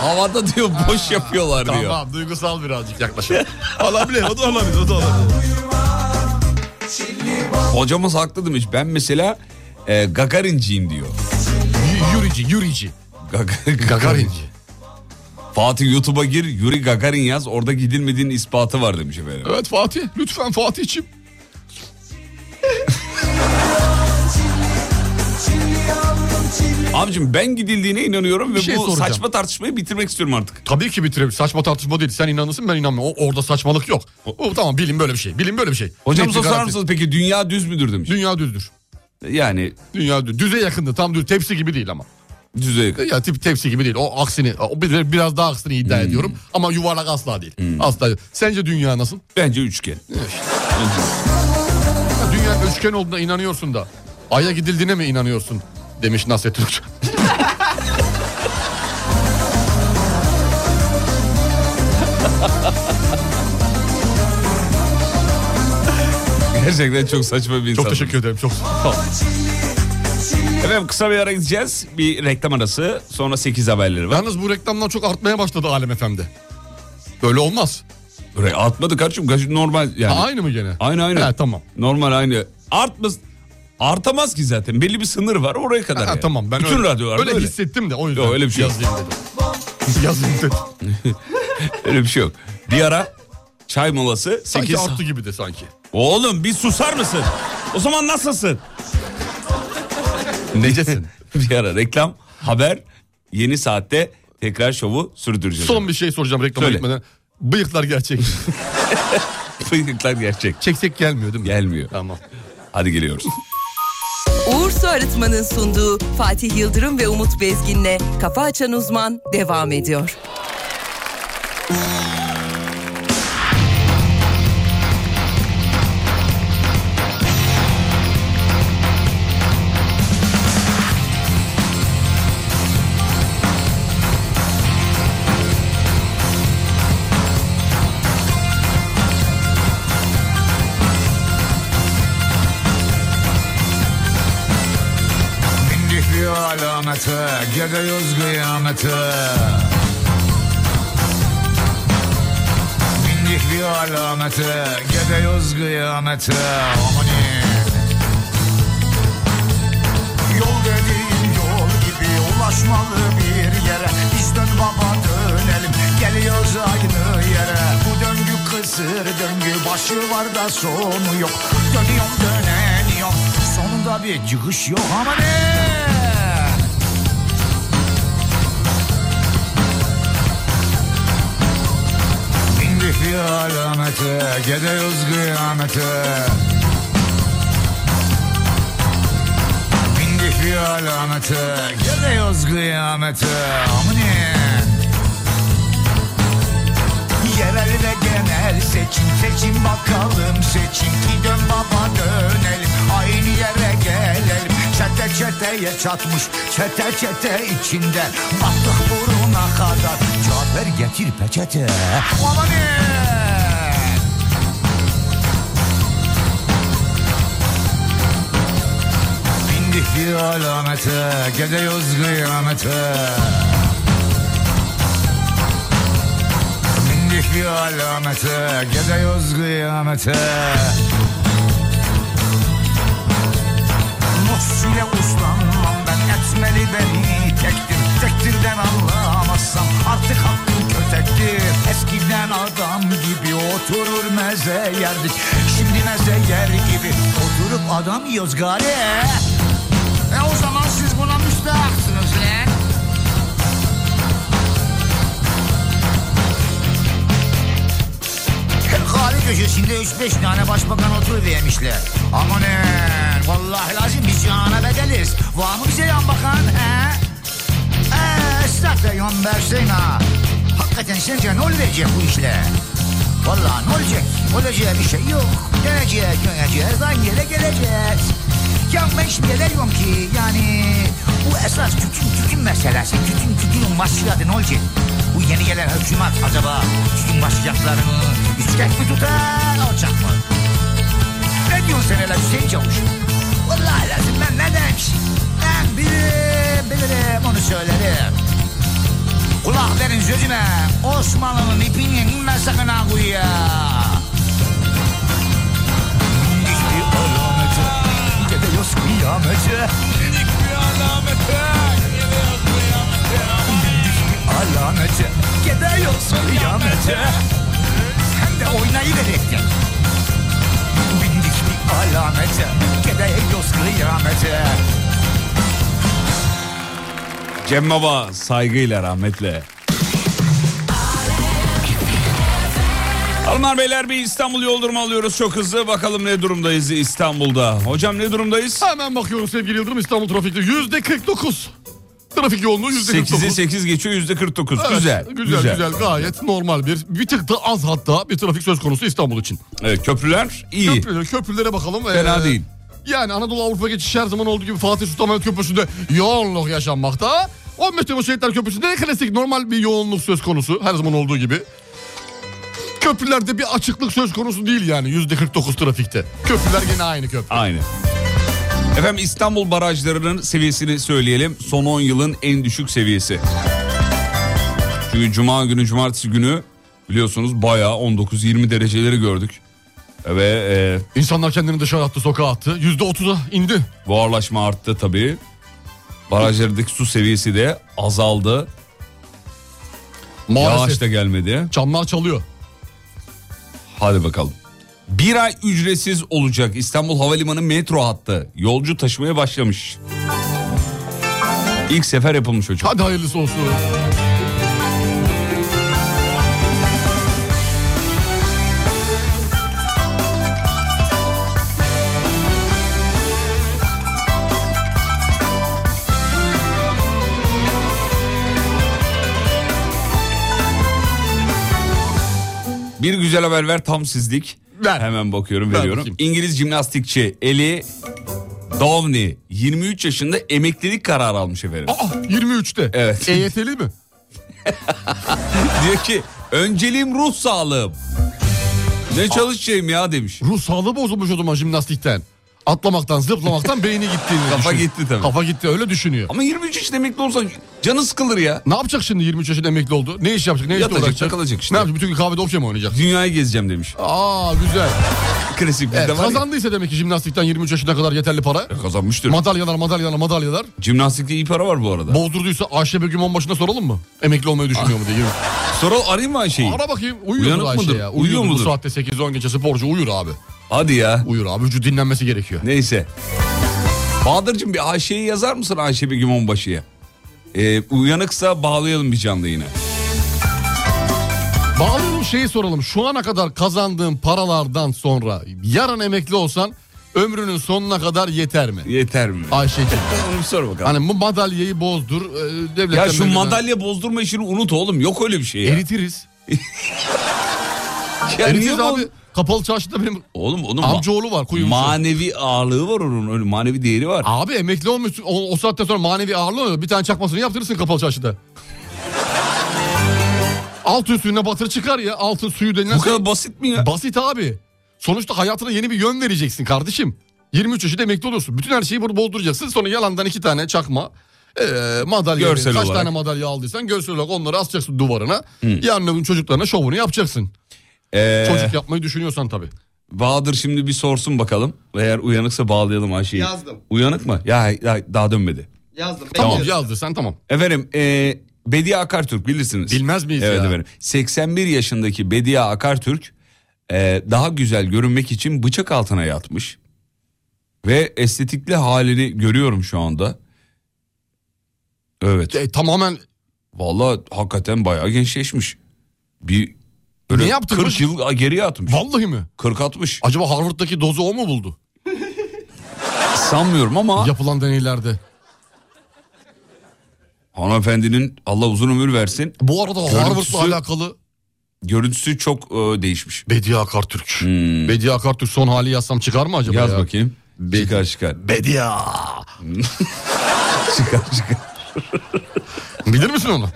havada diyor boş yapıyorlar diyor. Tamam duygusal birazcık yaklaşalım. olabilir o da olabilir o da olabilir. *laughs* Hocamız haklı demiş. Ben mesela e, Gagarinciyim diyor. Y- Yurici Yurici. Gag- Gagarinci. Fatih YouTube'a gir Yuri Gagarin yaz orada gidilmediğin ispatı var demiş efendim. Evet Fatih lütfen Fatih'ciğim. Abicim ben gidildiğine inanıyorum ve Bir şey bu soracağım. saçma tartışmayı bitirmek istiyorum artık. Tabii ki bitirebilir. Saçma tartışma değil. Sen inanırsın ben inanmıyorum. O, orada saçmalık yok. O, tamam bilim böyle bir şey. Bilim böyle bir şey. Hocamıza Hepsi sorar garanti. mısınız peki dünya düz müdür demiş. Dünya düzdür. Yani Dünya düz. Düze yakındı. Tam düz. Tepsi gibi değil ama. düze yakın. Hmm. Ya tip tepsi gibi değil. O aksini, o bir- biraz daha aksini iddia ediyorum. Ama yuvarlak asla değil. Asla. değil. Sence dünya nasıl? Bence üçgen. Ya dünya üçgen olduğuna inanıyorsun da. Ay'a gidildiğine mi inanıyorsun? Demiş Nasrettin Hoca. Gerçekten çok saçma bir insan. Çok teşekkür ederim. Çok Efendim kısa bir ara gideceğiz. Bir reklam arası sonra 8 haberleri var. Yalnız bu reklamlar çok artmaya başladı Alem Efendi. Böyle olmaz. Re- Atmadı kardeşim gaz- normal *laughs* yani. Ha, aynı mı gene? Aynı aynı. He, tamam. Normal aynı. Artmaz artamaz ki zaten. Belli bir sınır var oraya kadar. Ha, yani. tamam ben Bütün öyle, radyolarda öyle, öyle. hissettim de o yüzden. Yok, öyle bir şey yok. Yazayım dedim. Yazayım dedim. Öyle bir şey yok. Bir ara çay molası Sanki 8. arttı gibi de sanki. Oğlum bir susar mısın? O zaman nasılsın? Necesin? *laughs* bir ara reklam, haber, yeni saatte tekrar şovu sürdüreceğiz. Son bir *laughs* şey soracağım reklama Söyle. gitmeden. Bıyıklar *laughs* gerçek. Bıyıklar gerçek. Çeksek gelmiyor değil mi? Gelmiyor. Tamam. Hadi geliyoruz. Uğur Su Arıtma'nın sunduğu Fatih Yıldırım ve Umut Bezgin'le Kafa Açan Uzman devam ediyor. Yollarımız yapıyor alameti Geliyoruz kıyameti Bindik bir alamete Gidiyoruz kıyamete Amani Yol dediğin yol gibi Ulaşmalı bir yere Biz dön baba dönelim Geliyoruz aynı yere Bu döngü kısır döngü Başı var da sonu yok Dönüyorum döneniyorum Sonunda bir çıkış yok Amani Bindik bir alamete Gidiyoruz kıyamete Bindik bir alamete Gidiyoruz kıyamete Amine Yerel ve genel seçim Seçim bakalım seçim Bir dön baba dönelim Aynı yere gelelim Çete çeteye çatmış Çete çete içinde Battık buruna kadar Cafer getir peçete Amine Bindik bir alamete Gidiyoruz kıyamete Bindik bir alamete Gidiyoruz kıyamete Nos ile uslanmam ben Etmeli beni tektir Tektirden anlamazsam Artık hakkım kötektir Eskiden adam gibi Oturur meze yerdik Şimdi meze yer gibi Oturup adam yiyoruz gari E o zaman siz buna müstahaksınız lan Kahve köşesinde 3-5 tane başbakan oturuvermişler. Amanın vallahi lazım biz cihana bedeliz. Var mı bize yan bakan he? Eee esnaf da yan versin ha. Hakikaten sence ne olacak bu işle? Vallahi ne olacak? Olacağı bir şey yok. Döneceğiz, döneceğiz, aynı yere geleceğiz. Ya ben şimdi geliyorum ki yani bu esas tütün tütün meselesi. Tütün tütünün başladı ne olacak? Bu yeni gelen hükümet acaba tütün başlayacaklarını yüksek mi tutar alacak mı? Ne diyorsun sen hele Hüseyin Çavuş? Vallahi lazım ben ne demiş? Ben bilirim bilirim onu söylerim. Kulak verin sözüme Osmanlı'nın ipini inme sakın ha kuyuya. Hiçbir alamete Gidiyoruz kıyamete Bindik bir alamete Gidiyoruz kıyamete Bindik bir alamete Gidiyoruz kıyamete Hem de oynayıverekten Bindik bir alamete Gidiyoruz kıyamete Cem Baba saygıyla rahmetle. Hanımlar beyler bir İstanbul yoldurumu alıyoruz çok hızlı. Bakalım ne durumdayız İstanbul'da. Hocam ne durumdayız? Hemen bakıyorum sevgili Yıldırım İstanbul trafikte yüzde 49. Trafik yoğunluğu yüzde 49. 8'e 8 geçiyor yüzde 49. Evet, güzel, güzel. Güzel gayet normal bir bir tık da az hatta bir trafik söz konusu İstanbul için. Evet, köprüler iyi. Köprüler, köprülere bakalım. Fena değil. Yani Anadolu Avrupa geçişi her zaman olduğu gibi Fatih Sultan Mehmet Köprüsü'nde yoğunluk yaşanmakta. 15 Temmuz Şehitler Köprüsü'nde klasik normal bir yoğunluk söz konusu her zaman olduğu gibi. Köprülerde bir açıklık söz konusu değil yani %49 trafikte. Köprüler gene aynı köprü. Aynı. Efendim İstanbul barajlarının seviyesini söyleyelim. Son 10 yılın en düşük seviyesi. Çünkü cuma günü, cumartesi günü biliyorsunuz bayağı 19-20 dereceleri gördük. Ve e, İnsanlar kendini dışarı attı, sokağa attı. %30'a indi. buharlaşma arttı tabii. Barajlardaki su seviyesi de azaldı. Maalesef. Yağış da gelmedi. Çanlar çalıyor. Hadi bakalım. Bir ay ücretsiz olacak İstanbul Havalimanı metro hattı. Yolcu taşımaya başlamış. İlk sefer yapılmış hocam. Hadi hayırlısı olsun. Bir güzel haber ver tam sizlik. Hemen bakıyorum veriyorum. İngiliz jimnastikçi Eli Downey 23 yaşında emeklilik kararı almış efendim. Aa E, 23'te. Evet. EYT'li mi? *laughs* Diyor ki önceliğim ruh sağlığım. Ne çalışayım ya demiş. Ruh sağlığı bozulmuş o zaman jimnastikten. atlamaktan zıplamaktan beyni gittiğini Kafa düşün. gitti tabii. Kafa gitti öyle düşünüyor. Ama 23 yaşında emekli olsa canı sıkılır ya. Ne yapacak şimdi 23 yaşında emekli oldu? Ne iş yapacak? Ne işle Yatacak, uğraşacak? takılacak işte. Ne yapacak? Bütün gün kahvede okey mi oynayacak? Dünyayı gezeceğim demiş. Aa güzel. Klasik bizde Evet, var ya. E, kazandıysa demek ki jimnastikten 23 yaşına kadar yeterli para. Kazanmıştır. Madalyalar, madalyalar, madalyalar. Cimnastikte iyi para var bu arada. Bozdurduysa Ayşe Begüm on başında soralım mı? Emekli olmayı düşünüyor mu diye. *laughs* Soral arayayım mı Ayşe'yi? Ara bakayım. Uyuyor Uyanık Ayşe mıdır? ya. Uyuyor Uyuyordur mudur? Bu saatte 8-10 gece sporcu uyur abi. Hadi ya. Uyur abi. Vücut dinlenmesi gerekiyor. Neyse. Bahadır'cığım bir Ayşe'yi yazar mısın Ayşe Begüm Onbaşı'ya? Ee, uyanıksa bağlayalım bir canlı yine. Bağlayalım şeyi soralım. Şu ana kadar kazandığın paralardan sonra yarın emekli olsan ömrünün sonuna kadar yeter mi? Yeter mi? Ayşe'cim. *laughs* Sor bakalım. Hani bu madalyayı bozdur. e, devletten ya şu böyle- madalya bozdurma işini unut oğlum. Yok öyle bir şey ya. Eritiriz. *laughs* Ya Eritiriz niye bu- abi. Kapalı çarşıda benim Oğlum onun ma- amcaoğlu var kuyumcu. manevi ağırlığı var onun. Öyle manevi değeri var. Abi emekli olmuşsun. O, o saatten sonra manevi ağırlığı oluyor. Bir tane çakmasını yaptırırsın kapalı çarşıda. Altın suyuna batır çıkar ya. Altın suyu denilen... şey- Bu kadar basit mi ya? Basit abi. Sonuçta hayatına yeni bir yön vereceksin kardeşim. 23 yaşında emekli oluyorsun. Bütün her şeyi burada bolduracaksın. Sonra yalandan iki tane çakma. Ee, madalya. Görsel Kaç olarak. tane madalya aldıysan görsel olarak onları asacaksın duvarına. Yarın öbür gün çocuklarına şovunu yapacaksın. Ee, Çocuk yapmayı düşünüyorsan tabii. Bahadır şimdi bir sorsun bakalım. Eğer uyanıksa bağlayalım Ayşe'yi. Yazdım. Uyanık mı? Ya, ya daha dönmedi. Yazdım. Tamam yazdıysan tamam. Efendim e, Bediye Akartürk bilirsiniz. Bilmez miyiz evet ya? efendim. 81 yaşındaki Bediye Akartürk e, daha güzel görünmek için bıçak altına yatmış. Ve estetikli halini görüyorum şu anda. Evet. E, tamamen Vallahi hakikaten bayağı gençleşmiş. Bir böyle Ne yaptırmış? 40 yıl geriye atmış. Vallahi mi? 40 atmış. Acaba Harvard'daki dozu o mu *laughs* buldu? Sanmıyorum ama Yapılan deneylerde. hanımefendinin Allah uzun ömür versin. Bu arada Görüntüsü- Harvard'la alakalı Görüntüsü çok e, değişmiş. Bediye Akartürk. Bediye Akartürk son hali yazsam çıkar mı acaba Hmm. Yaz ya? bakayım. çıkar çıkar. Bediye. *laughs* çıkar çıkar. Bilir misin onu?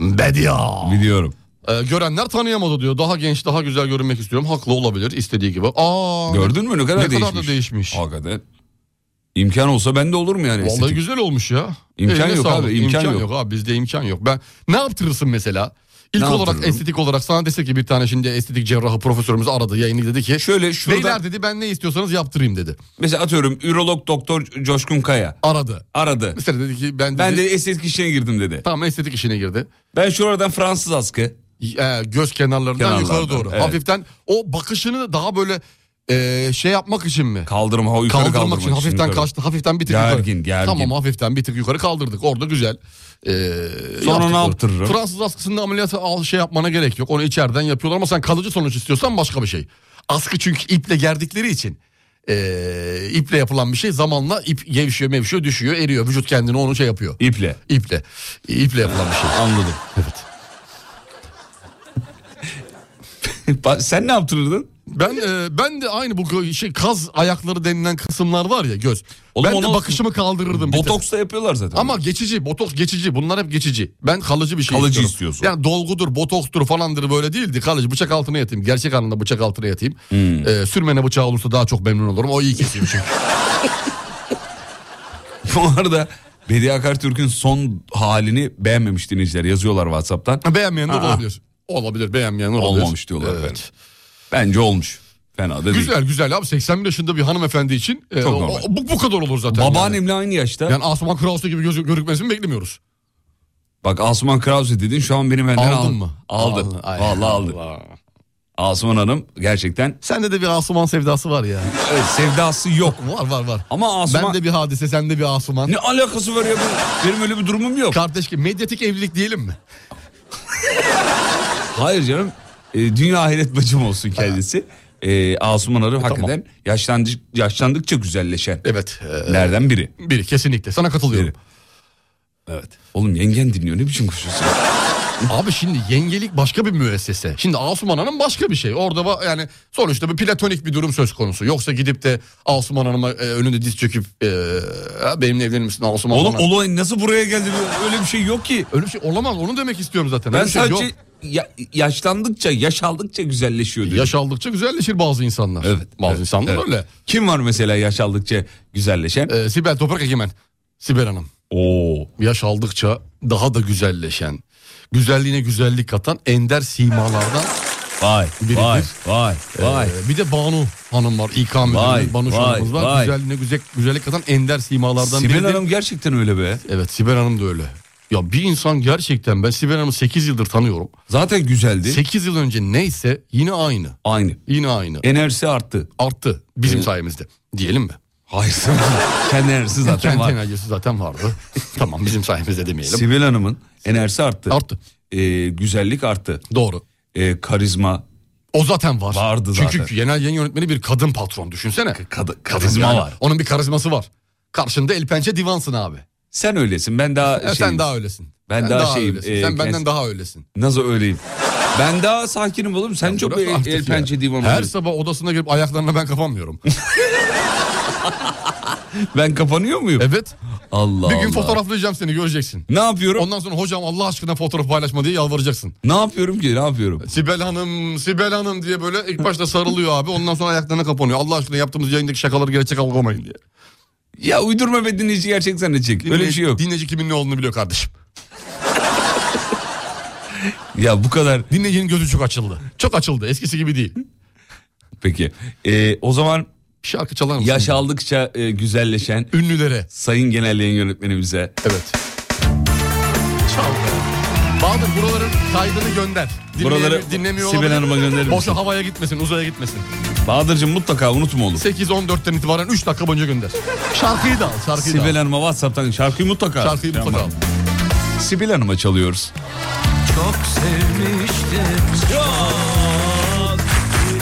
Bediye. Biliyorum. Ee, görenler tanıyamadı diyor. Daha genç, daha güzel görünmek istiyorum. Haklı olabilir istediği gibi. Aa, Gördün mü ne kadar değişmiş. da değişmiş. Hakikaten. İmkan olsa ben de olurum yani. Vallahi estetik. güzel olmuş ya. İmkan yok sağlık. abi, imkan yok. abi bizde imkan yok. Ben ne yaptırırsın mesela? İlk Ne olarak yaptırırım? estetik olarak sana desek ki bir tane şimdi estetik cerrahı profesörümüz aradı yayını dedi ki. Şöyle şurada- Beyler dedi ben ne istiyorsanız yaptırayım dedi. Mesela atıyorum ürolog doktor Coşkun Kaya Aradı. aradı. Mesela dedi ki ben, Ben de dedi, estetik işine girdim dedi. tamam estetik işine girdi. Ben şuradan Fransız askı. E, göz kenarlarından Kenarlardan, yukarı doğru. evet. Hafiften o bakışını daha böyle e, şey yapmak için mi? Kaldırma yukarı kaldırmak, kaldırmak, için hafiften yukarı. kaçtı hafiften bir tık Gergin, yukarı. gergin. Tamam hafiften bir tık yukarı kaldırdık orada güzel. Ee, Sonra yaptık ne onu. yaptırırım? Fransız askısında ameliyatı al şey yapmana gerek yok onu içeriden yapıyorlar ama sen kalıcı sonuç istiyorsan başka bir şey. Askı çünkü iple gerdikleri için. ee, iple yapılan bir şey zamanla ip gevşiyor mevşiyor düşüyor eriyor vücut kendini onu şey yapıyor. İple. İple. İple yapılan bir şey. Anladım. Evet. Sen ne yaptırırdın? Ben e, ben de aynı bu gö- şey kaz ayakları denilen kısımlar var ya göz. Oğlum ben de onu- bakışımı kaldırırdım. bir tık. Botoks da yapıyorlar zaten. Ama geçici, botoks geçici. Bunlar hep geçici. Ben kalıcı bir şey Kalıcı istiyorum. istiyorsun. Yani dolgudur, botokstur falandır böyle değildi. Kalıcı bıçak altına yatayım. Gerçek anlamda bıçak altına yatayım. Hmm. Ee, sürmene bıçağı olursa daha çok memnun olurum. O iyi kesiyor *laughs* çünkü. *laughs* Bu arada Bediye Akartürk'ün son halini beğenmemiş dinleyiciler yazıyorlar Whatsapp'tan. Beğenmeyen de Aa. olabilir. Olabilir beğenmeyen olabilir. Olmamış diyorlar Evet. efendim. Bence olmuş. Fena da değil. Güzel güzel abi 81 yaşında bir hanımefendi için e, Çok o- normal. o- bu, bu kadar olur zaten. yani. Babaannemle aynı yaşta. yani Asuman Krause gibi gözü görükmesini beklemiyoruz. Bak Asuman Krause dedin şu an benim elimden Aldın aldın. mı? Aldın. Aldın. Ay, Vallahi aldın. Asuman Hanım gerçekten Sende de bir Asuman sevdası var ya. evet, sevdası yok. Var var var. Ama Asuman... Ben de bir hadise, sende bir Asuman. Ne alakası var ya? bu- Benim öyle bir durumum yok. Kardeş ki medyatik evlilik diyelim mi? Hayır canım. E, dünya ahiret bacım olsun kendisi. E, Asuman Hanım hakikaten yaşlandık, yaşlandıkça güzelleşen. Evet. e, Nereden biri? Biri kesinlikle. Sana katılıyorum. Evet. Oğlum yengen dinliyor ne biçim konuşuyorsun? *laughs* Abi şimdi yengelik başka bir müessese. Şimdi Asuman Hanım başka bir şey. Orada va- yani sonuçta bir platonik bir durum söz konusu. Yoksa gidip de Asuman Hanım'a e, önünde diz çöküp e, "Ha, benimle evlenir misin Asuman Oğlum Hanım? olay nasıl buraya geldi? Öyle bir şey yok ki. Öyle bir şey olamaz. Onu demek istiyorum zaten. Ben Öyle bir şey sadece yok. ya- yaşlandıkça, yaş aldıkça güzelleşiyor diyor. Yaş aldıkça güzelleşir bazı insanlar. Evet. Bazı insanlar öyle. Kim var mesela yaş aldıkça güzelleşen? E, Sibel Toprak Egemen. Sibel Hanım. Oo. Yaş aldıkça daha da güzelleşen, güzelliğine güzellik katan ender simalardan Vay, vay, vay, vay. Ee, bir de Banu Hanım var. İK Vay, müdürümüz Banu vay, Şanımız var. vay. Güzelliğine güzel, güzellik katan ender simalardan Sibel biri de- Hanım gerçekten öyle be. Evet Sibel Hanım da öyle. Ya bir insan gerçekten ben Sibel Hanım'ı 8 yıldır tanıyorum. Zaten güzeldi. 8 yıl önce neyse yine aynı. Aynı. Yine aynı. Enerjisi arttı. Ee, Arttı bizim sayemizde. Diyelim mi? Hayır. *laughs* Kendi enerjisi zaten Kendi var. enerjisi zaten vardı. tamam bizim sayemizde demeyelim. Sibel Hanım'ın enerjisi arttı. Arttı. Ee, güzellik arttı. Doğru. Ee, karizma. O zaten var. Vardı Çünkü zaten. genel yayın yönetmeni bir kadın patron düşünsene. karizma Yani var. Onun bir karizması var. Karşında el pençe divansın abi. Sen öylesin. Ben daha Ya şeyim. sen daha öylesin. Ben Sen daha, şeyim. öylesin. Ee, sen benden kend- daha öylesin. Nasıl öyleyim? Ben daha sakinim oğlum. Sen çok Bırak el, artık el ya. pençe divanı. Her sabah odasına girip ayaklarına ben kapanmıyorum. Ben kapanıyor muyum? Evet. *laughs* Allah bir gün Allah. fotoğraflayacağım seni göreceksin. Ne yapıyorum? Ondan sonra hocam Allah aşkına fotoğraf paylaşma diye yalvaracaksın. Ne yapıyorum ki? Ne yapıyorum? Sibel Hanım, Sibel Hanım diye böyle ilk başta sarılıyor abi. Ondan sonra ayaklarına kapanıyor. Allah aşkına yaptığımız yayındaki şakaları gerçek algılamayın diye. Ya uydurma be dinleyici gerçek zannedecek. Öyle bir şey yok. Dinleyici kimin ne olduğunu biliyor kardeşim. Ya bu kadar. Dinleyicinin gözü çok açıldı. Çok açıldı. Eskisi gibi değil. Peki. Ee, o zaman şarkı çalar mısın? Yaş aldıkça e, güzelleşen ünlülere. Sayın Genel Yayın Yönetmenimize. Evet. Çal. Bahadır buraların kaydını gönder. Dinleyemi- Buraları dinlemiyor Sibel olabilir. Hanım'a gönderir Boşa misin? havaya gitmesin, uzaya gitmesin. Bahadır'cığım mutlaka unutma oğlum. 8-14'ten itibaren 3 dakika boyunca gönder. Şarkıyı da al, şarkıyı da al. Sibel Hanım'a WhatsApp'tan şarkıyı mutlaka. Şarkıyı Tamam. mutlaka al. Sibel Hanım'a çalıyoruz. Çok sevmiştim Çok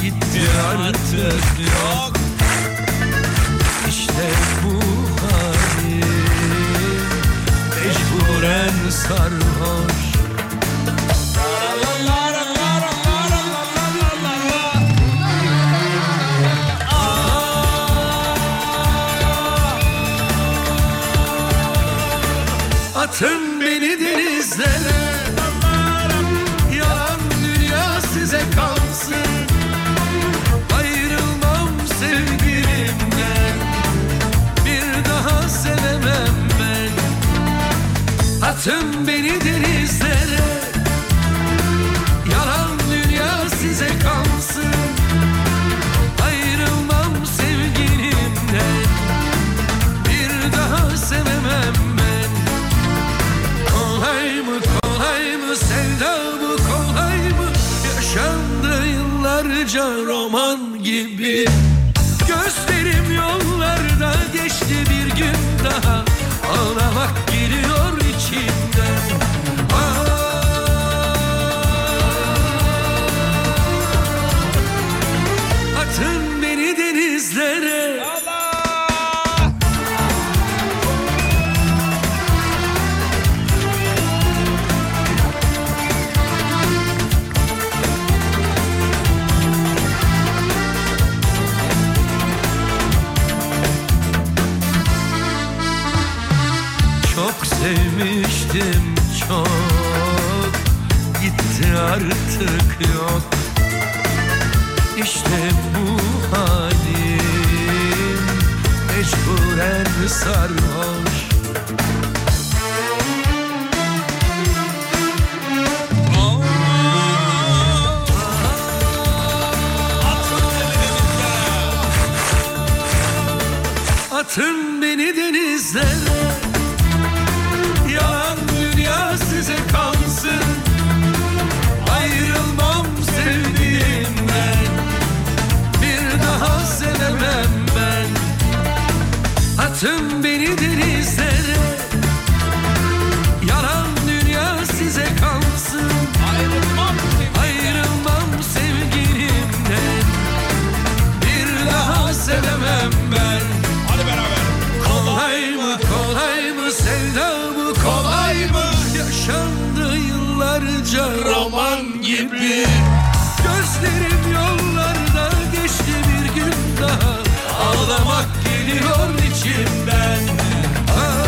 Gitti artık yok İşte bu halim Mecburen sarhoş Atın beni denizlere Yalan dünya size kalsın Ayrılmam sevgilimden Bir daha sevemem ben Atın beni denizlere Yalan dünya size kalsın Ayrılmam sevgilimden Bir daha sevemem ben Kolay mı kolay mı sevda bu kolay mı Yaşandı yıllarca roman gibi Gözlerim yollarda geçti bir gün daha Ağlamak geliyor içimden Ah! Atın beni denizlere Çok sevmiştim çok Gitti artık yok İşte bu halim Mecburen sarhoş Atın beni denizlere Yalan dünya size kalsın Ayrılmam sevdiğimden Bir daha sevemem ben Atın beni denizlere Yalan dünya size kalsın Ayrılmam Ayrılmam sevgilimden Bir daha sevemem ben Hadi beraber Kolay mı kolay mı sevda bu kolay mı Yaşandı yıllarca roman gibi Gözlerim yollarda geçti bir gün daha Ağlamak geliyor içimden Ah!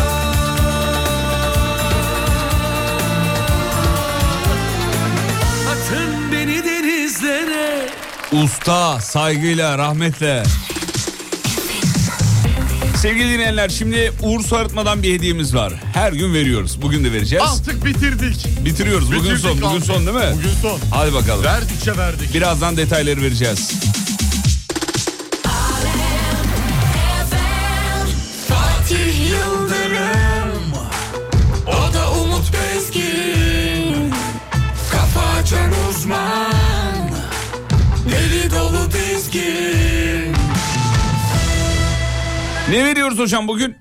Usta saygıyla rahmetle. Sevgili dinleyenler şimdi Uğur Su Arıtma'dan bir hediyemiz var. Her gün veriyoruz. Bugün de vereceğiz. Artık bitirdik. Bitiriyoruz. Bugün Bitirdik son. Bugün artık. son değil mi? Bugün son. Şey Hadi bakalım. Verdikçe verdik. Birazdan detayları vereceğiz. Fatih Yıldırım O da Umut Bezgin Kafa açan uzman Deli dolu dizgin Ne veriyoruz hocam bugün?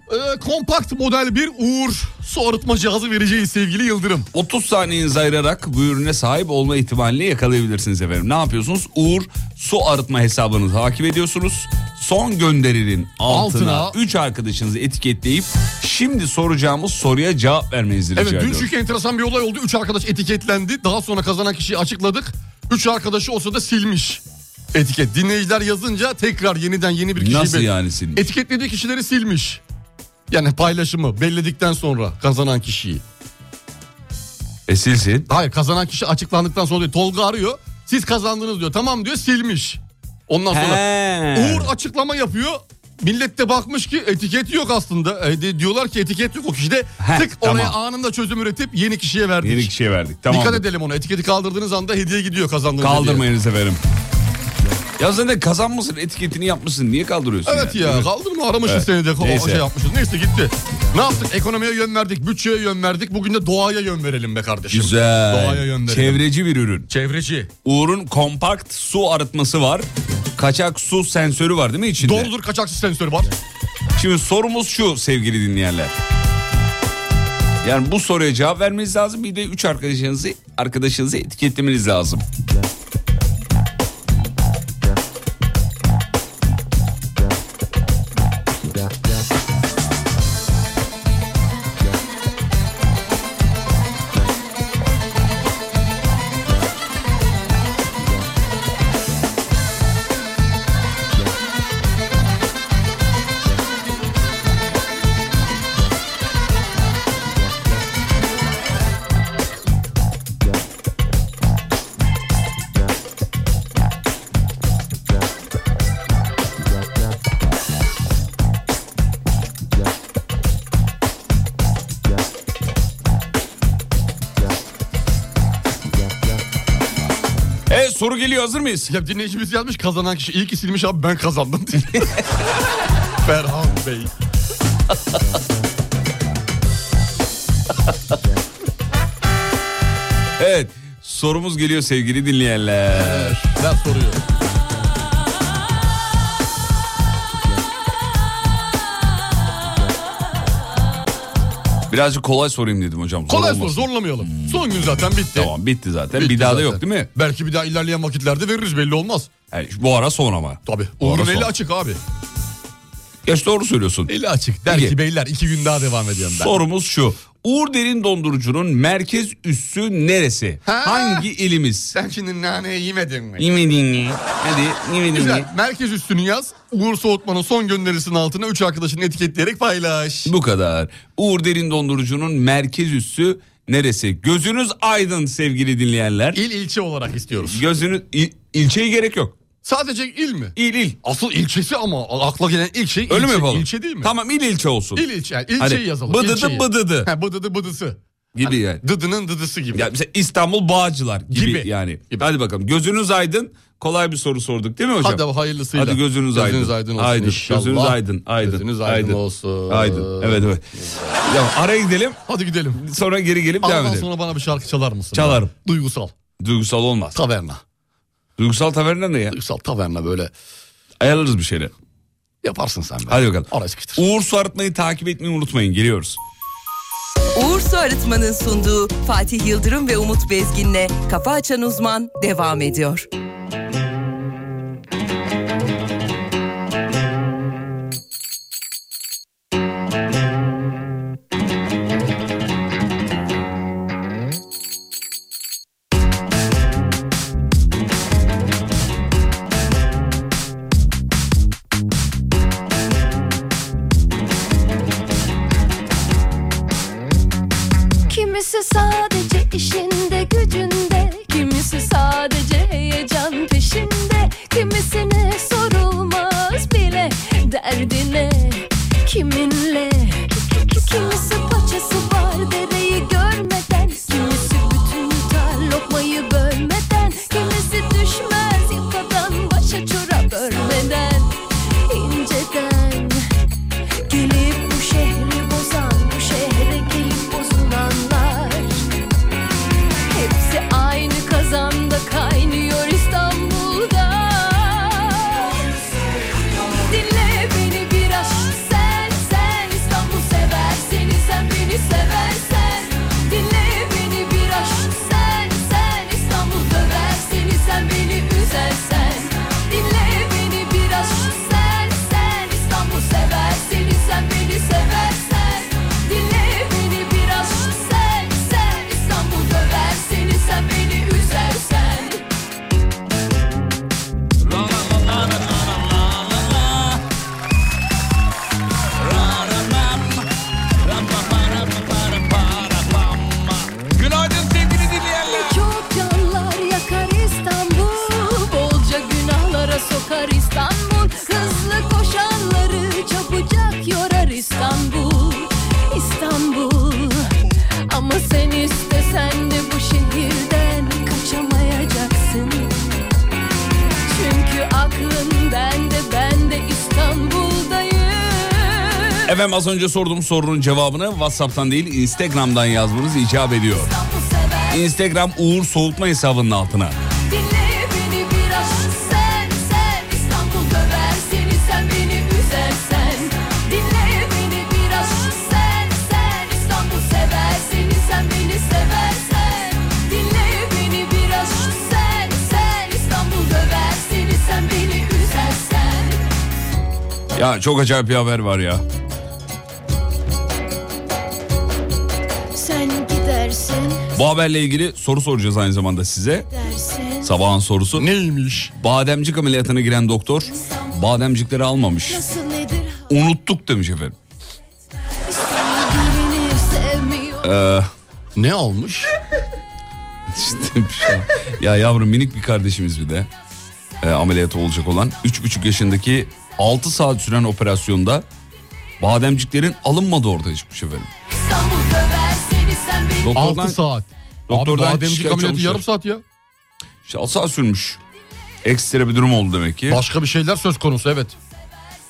kompakt model bir Uğur su arıtma cihazı vereceğiz sevgili Yıldırım. 30 saniyenizi ayırarak bu ürüne sahip olma ihtimalini yakalayabilirsiniz efendim. Ne yapıyorsunuz? Uğur su arıtma hesabını takip ediyorsunuz. Son gönderinin altına, Altına. üç 3 arkadaşınızı etiketleyip şimdi soracağımız soruya cevap vermenizi rica Evet dün ediyorum. çünkü enteresan bir olay oldu. Üç arkadaş etiketlendi. Daha sonra kazanan kişiyi açıkladık. Üç arkadaşı olsa da silmiş etiket. Dinleyiciler yazınca tekrar yeniden yeni bir kişi Nasıl yani silmiş? Etiketlediği kişileri silmiş. Yani paylaşımı belledikten sonra kazanan kişiyi. E silsin. Hayır kazanan kişi açıklandıktan sonra diyor. Tolga arıyor. Siz kazandınız diyor. Tamam diyor silmiş. Ondan sonra He. Uğur açıklama yapıyor. Millet de bakmış ki etiket yok aslında. E, de- diyorlar ki etiket yok o kişide. He, Tık oraya tamam. anında çözüm üretip yeni kişiye verdik. Yeni kişiye verdik. Tamam. Dikkat edelim ona. Etiketi kaldırdığınız anda hediye gidiyor kazandığınız hediye. Kaldırmayınız efendim. Ya sen de kazanmışsın etiketini yapmışsın. Niye kaldırıyorsun? Evet ya, kaldırma aramışız Evet. seni de o- Neyse. şey yapmışız. Neyse gitti. Ne yaptık? Ekonomiye yön verdik, bütçeye yön verdik. Bugün de doğaya yön verelim be kardeşim. Doğaya Güzel. yön verelim. Çevreci bir ürün. Çevreci. Uğur'un kompakt su arıtması var. Kaçak su sensörü var değil mi içinde? Doğrudur kaçaksız sensörü var. Şimdi sorumuz şu sevgili dinleyenler. Yani bu soruya cevap vermeniz lazım. Bir de üç arkadaşınızı arkadaşınızı etiketlemeniz lazım. Evet E, soru geliyor hazır mıyız? Ya dinleyicimiz yazmış kazanan kişi. İyi ki silmiş abi ben kazandım *laughs* diye. Ferhan Bey. Evet sorumuz geliyor sevgili dinleyenler. Ben soruyorum. Birazcık kolay sorayım dedim hocam. Zor Kolay olmasın. soru zorlamayalım. Son gün zaten bitti. Tamam bitti zaten. Bitti bir daha da zaten. yok değil mi? Belki bir daha ilerleyen vakitlerde veririz belli olmaz. Yani bu ara son ama. Tabii. Bu ara Uğur'un son. eli açık abi. Geç doğru söylüyorsun. Eli açık. Der Peki. ki beyler iki gün daha devam ediyorum ben. Sorumuz şu. Uğur Derin Dondurucu'nun merkez üssü neresi? Hangi ilimiz? Sen şimdi naneyi yemedin mi? Yemedin mi? Hadi yemedin mi? Güzel. Merkez üstünü yaz. Uğur Soğutman'ın son gönderisinin altına üç arkadaşını etiketleyerek paylaş. Bu kadar. Uğur Derin Dondurucu'nun merkez üssü neresi? Gözünüz aydın sevgili dinleyenler. İl ilçe olarak istiyoruz. Gözünüz il, ilçeye gerek yok. Sadece il mi? İl il. Asıl ilçesi ama akla gelen ilk şey ilçe. Öyle mi yapalım? İlçe değil mi? Tamam il ilçe olsun. İl ilçe. Yani ilçeyi Hani yazalım. bıdıdı ilçeyi. bıdıdı. Ha, bıdıdı bıdısı. gibi yani. Hani Dıdının dıdısı gibi. Ya mesela İstanbul Bağcılar gibi, Gibi. yani. Hadi bakalım gözünüz aydın. Kolay bir soru sorduk değil mi hocam? Hadi abi hayırlısıyla. Hadi gözünüz, Gözünüz aydın. aydın olsun inşallah. Gözünüz aydın. aydın. Gözünüz aydın olsun. Aydın. Evet evet. Ya araya gidelim. Hadi gidelim. Sonra geri gelip devam Ondan edelim. sonra bana bir şarkı çalar mısın? Çalarım. Duygusal. Duygusal olmaz. Taverna. Duygusal taverna ne ya? Duygusal taverna böyle. Ayarlarız bir şeyler. Yaparsın sen. be. Hadi bakalım. Oraya sıkıştır. Uğur Su Arıtma'yı takip etmeyi unutmayın. Geliyoruz. Uğur Su Arıtma'nın sunduğu Fatih Yıldırım ve Umut Bezgin'le Kafa Açan Uzman devam ediyor. Kimisi sadece işinde gücünde Kimisi sadece can peşinde Kimisine sorulmaz bile derdine kiminle Kimisi paçası var dereyi görmeden Kimisi bütün tutar lokmayı bölmeden Kimisi düşmez yakadan başa çorap örmeden inceden Gelip bu şehri bozan bu şehre gelip bozulanlar Hepsi aynı kazanda kaynıyor İstanbul'da Dinle beni biraz sen sen İstanbul sever seni sen beni seversen Dinle beni biraz sen sen İstanbul döver seni sen beni üzersen Dinle beni biraz sen sen İstanbul sever seni sen beni seversen Dinle beni biraz sen sen İstanbul döver seni sen beni üzersen Günaydın sevgili dinleyenler. Çok yanlar yakar İstanbul. Bolca günahlara sokar İstanbul. Hızlı koşanları çabucak yorar İstanbul. İstanbul. Ama sen istesen de bu şehirden kaçamayacaksın. Çünkü aklın bende, ben de İstanbul'dayım. Efendim az önce sorduğum sorunun cevabını WhatsApp'tan değil Instagram'dan yazmanız icap ediyor. Instagram Uğur Soğutma hesabının altına. Dinle beni biraz sen sen İstanbul döver seni sen beni üzersen Dinle beni biraz sen sen İstanbul sever seni sen beni seversen Dinle beni biraz sen sen İstanbul döver seni sen beni üzersen Ya çok acayip bir haber var ya. Sen gidersin Bu haberle ilgili soru soracağız aynı zamanda size. dersin Sabahın sorusu. Neymiş? Bademcik ameliyatına giren doktor bademcikleri almamış. Nasıl nedir Unuttuk demiş efendim. birini sevmiyor Ee, ne *laughs* almış? ya yavrum minik bir kardeşimiz bir de e, ameliyat olacak olan 3,5 yaşındaki 6 saat süren operasyonda bademciklerin alınmadı ortaya çıkmış efendim. İstanbul döver seni sen beni Doktordan- Altı saat. Doktordan Abi bademcik şikayetçi ameliyatı olmuşlar. yarım saat ya. İşte 6 saat sürmüş. Ekstra bir durum oldu demek ki. Başka bir şey şeyler söz konusu evet.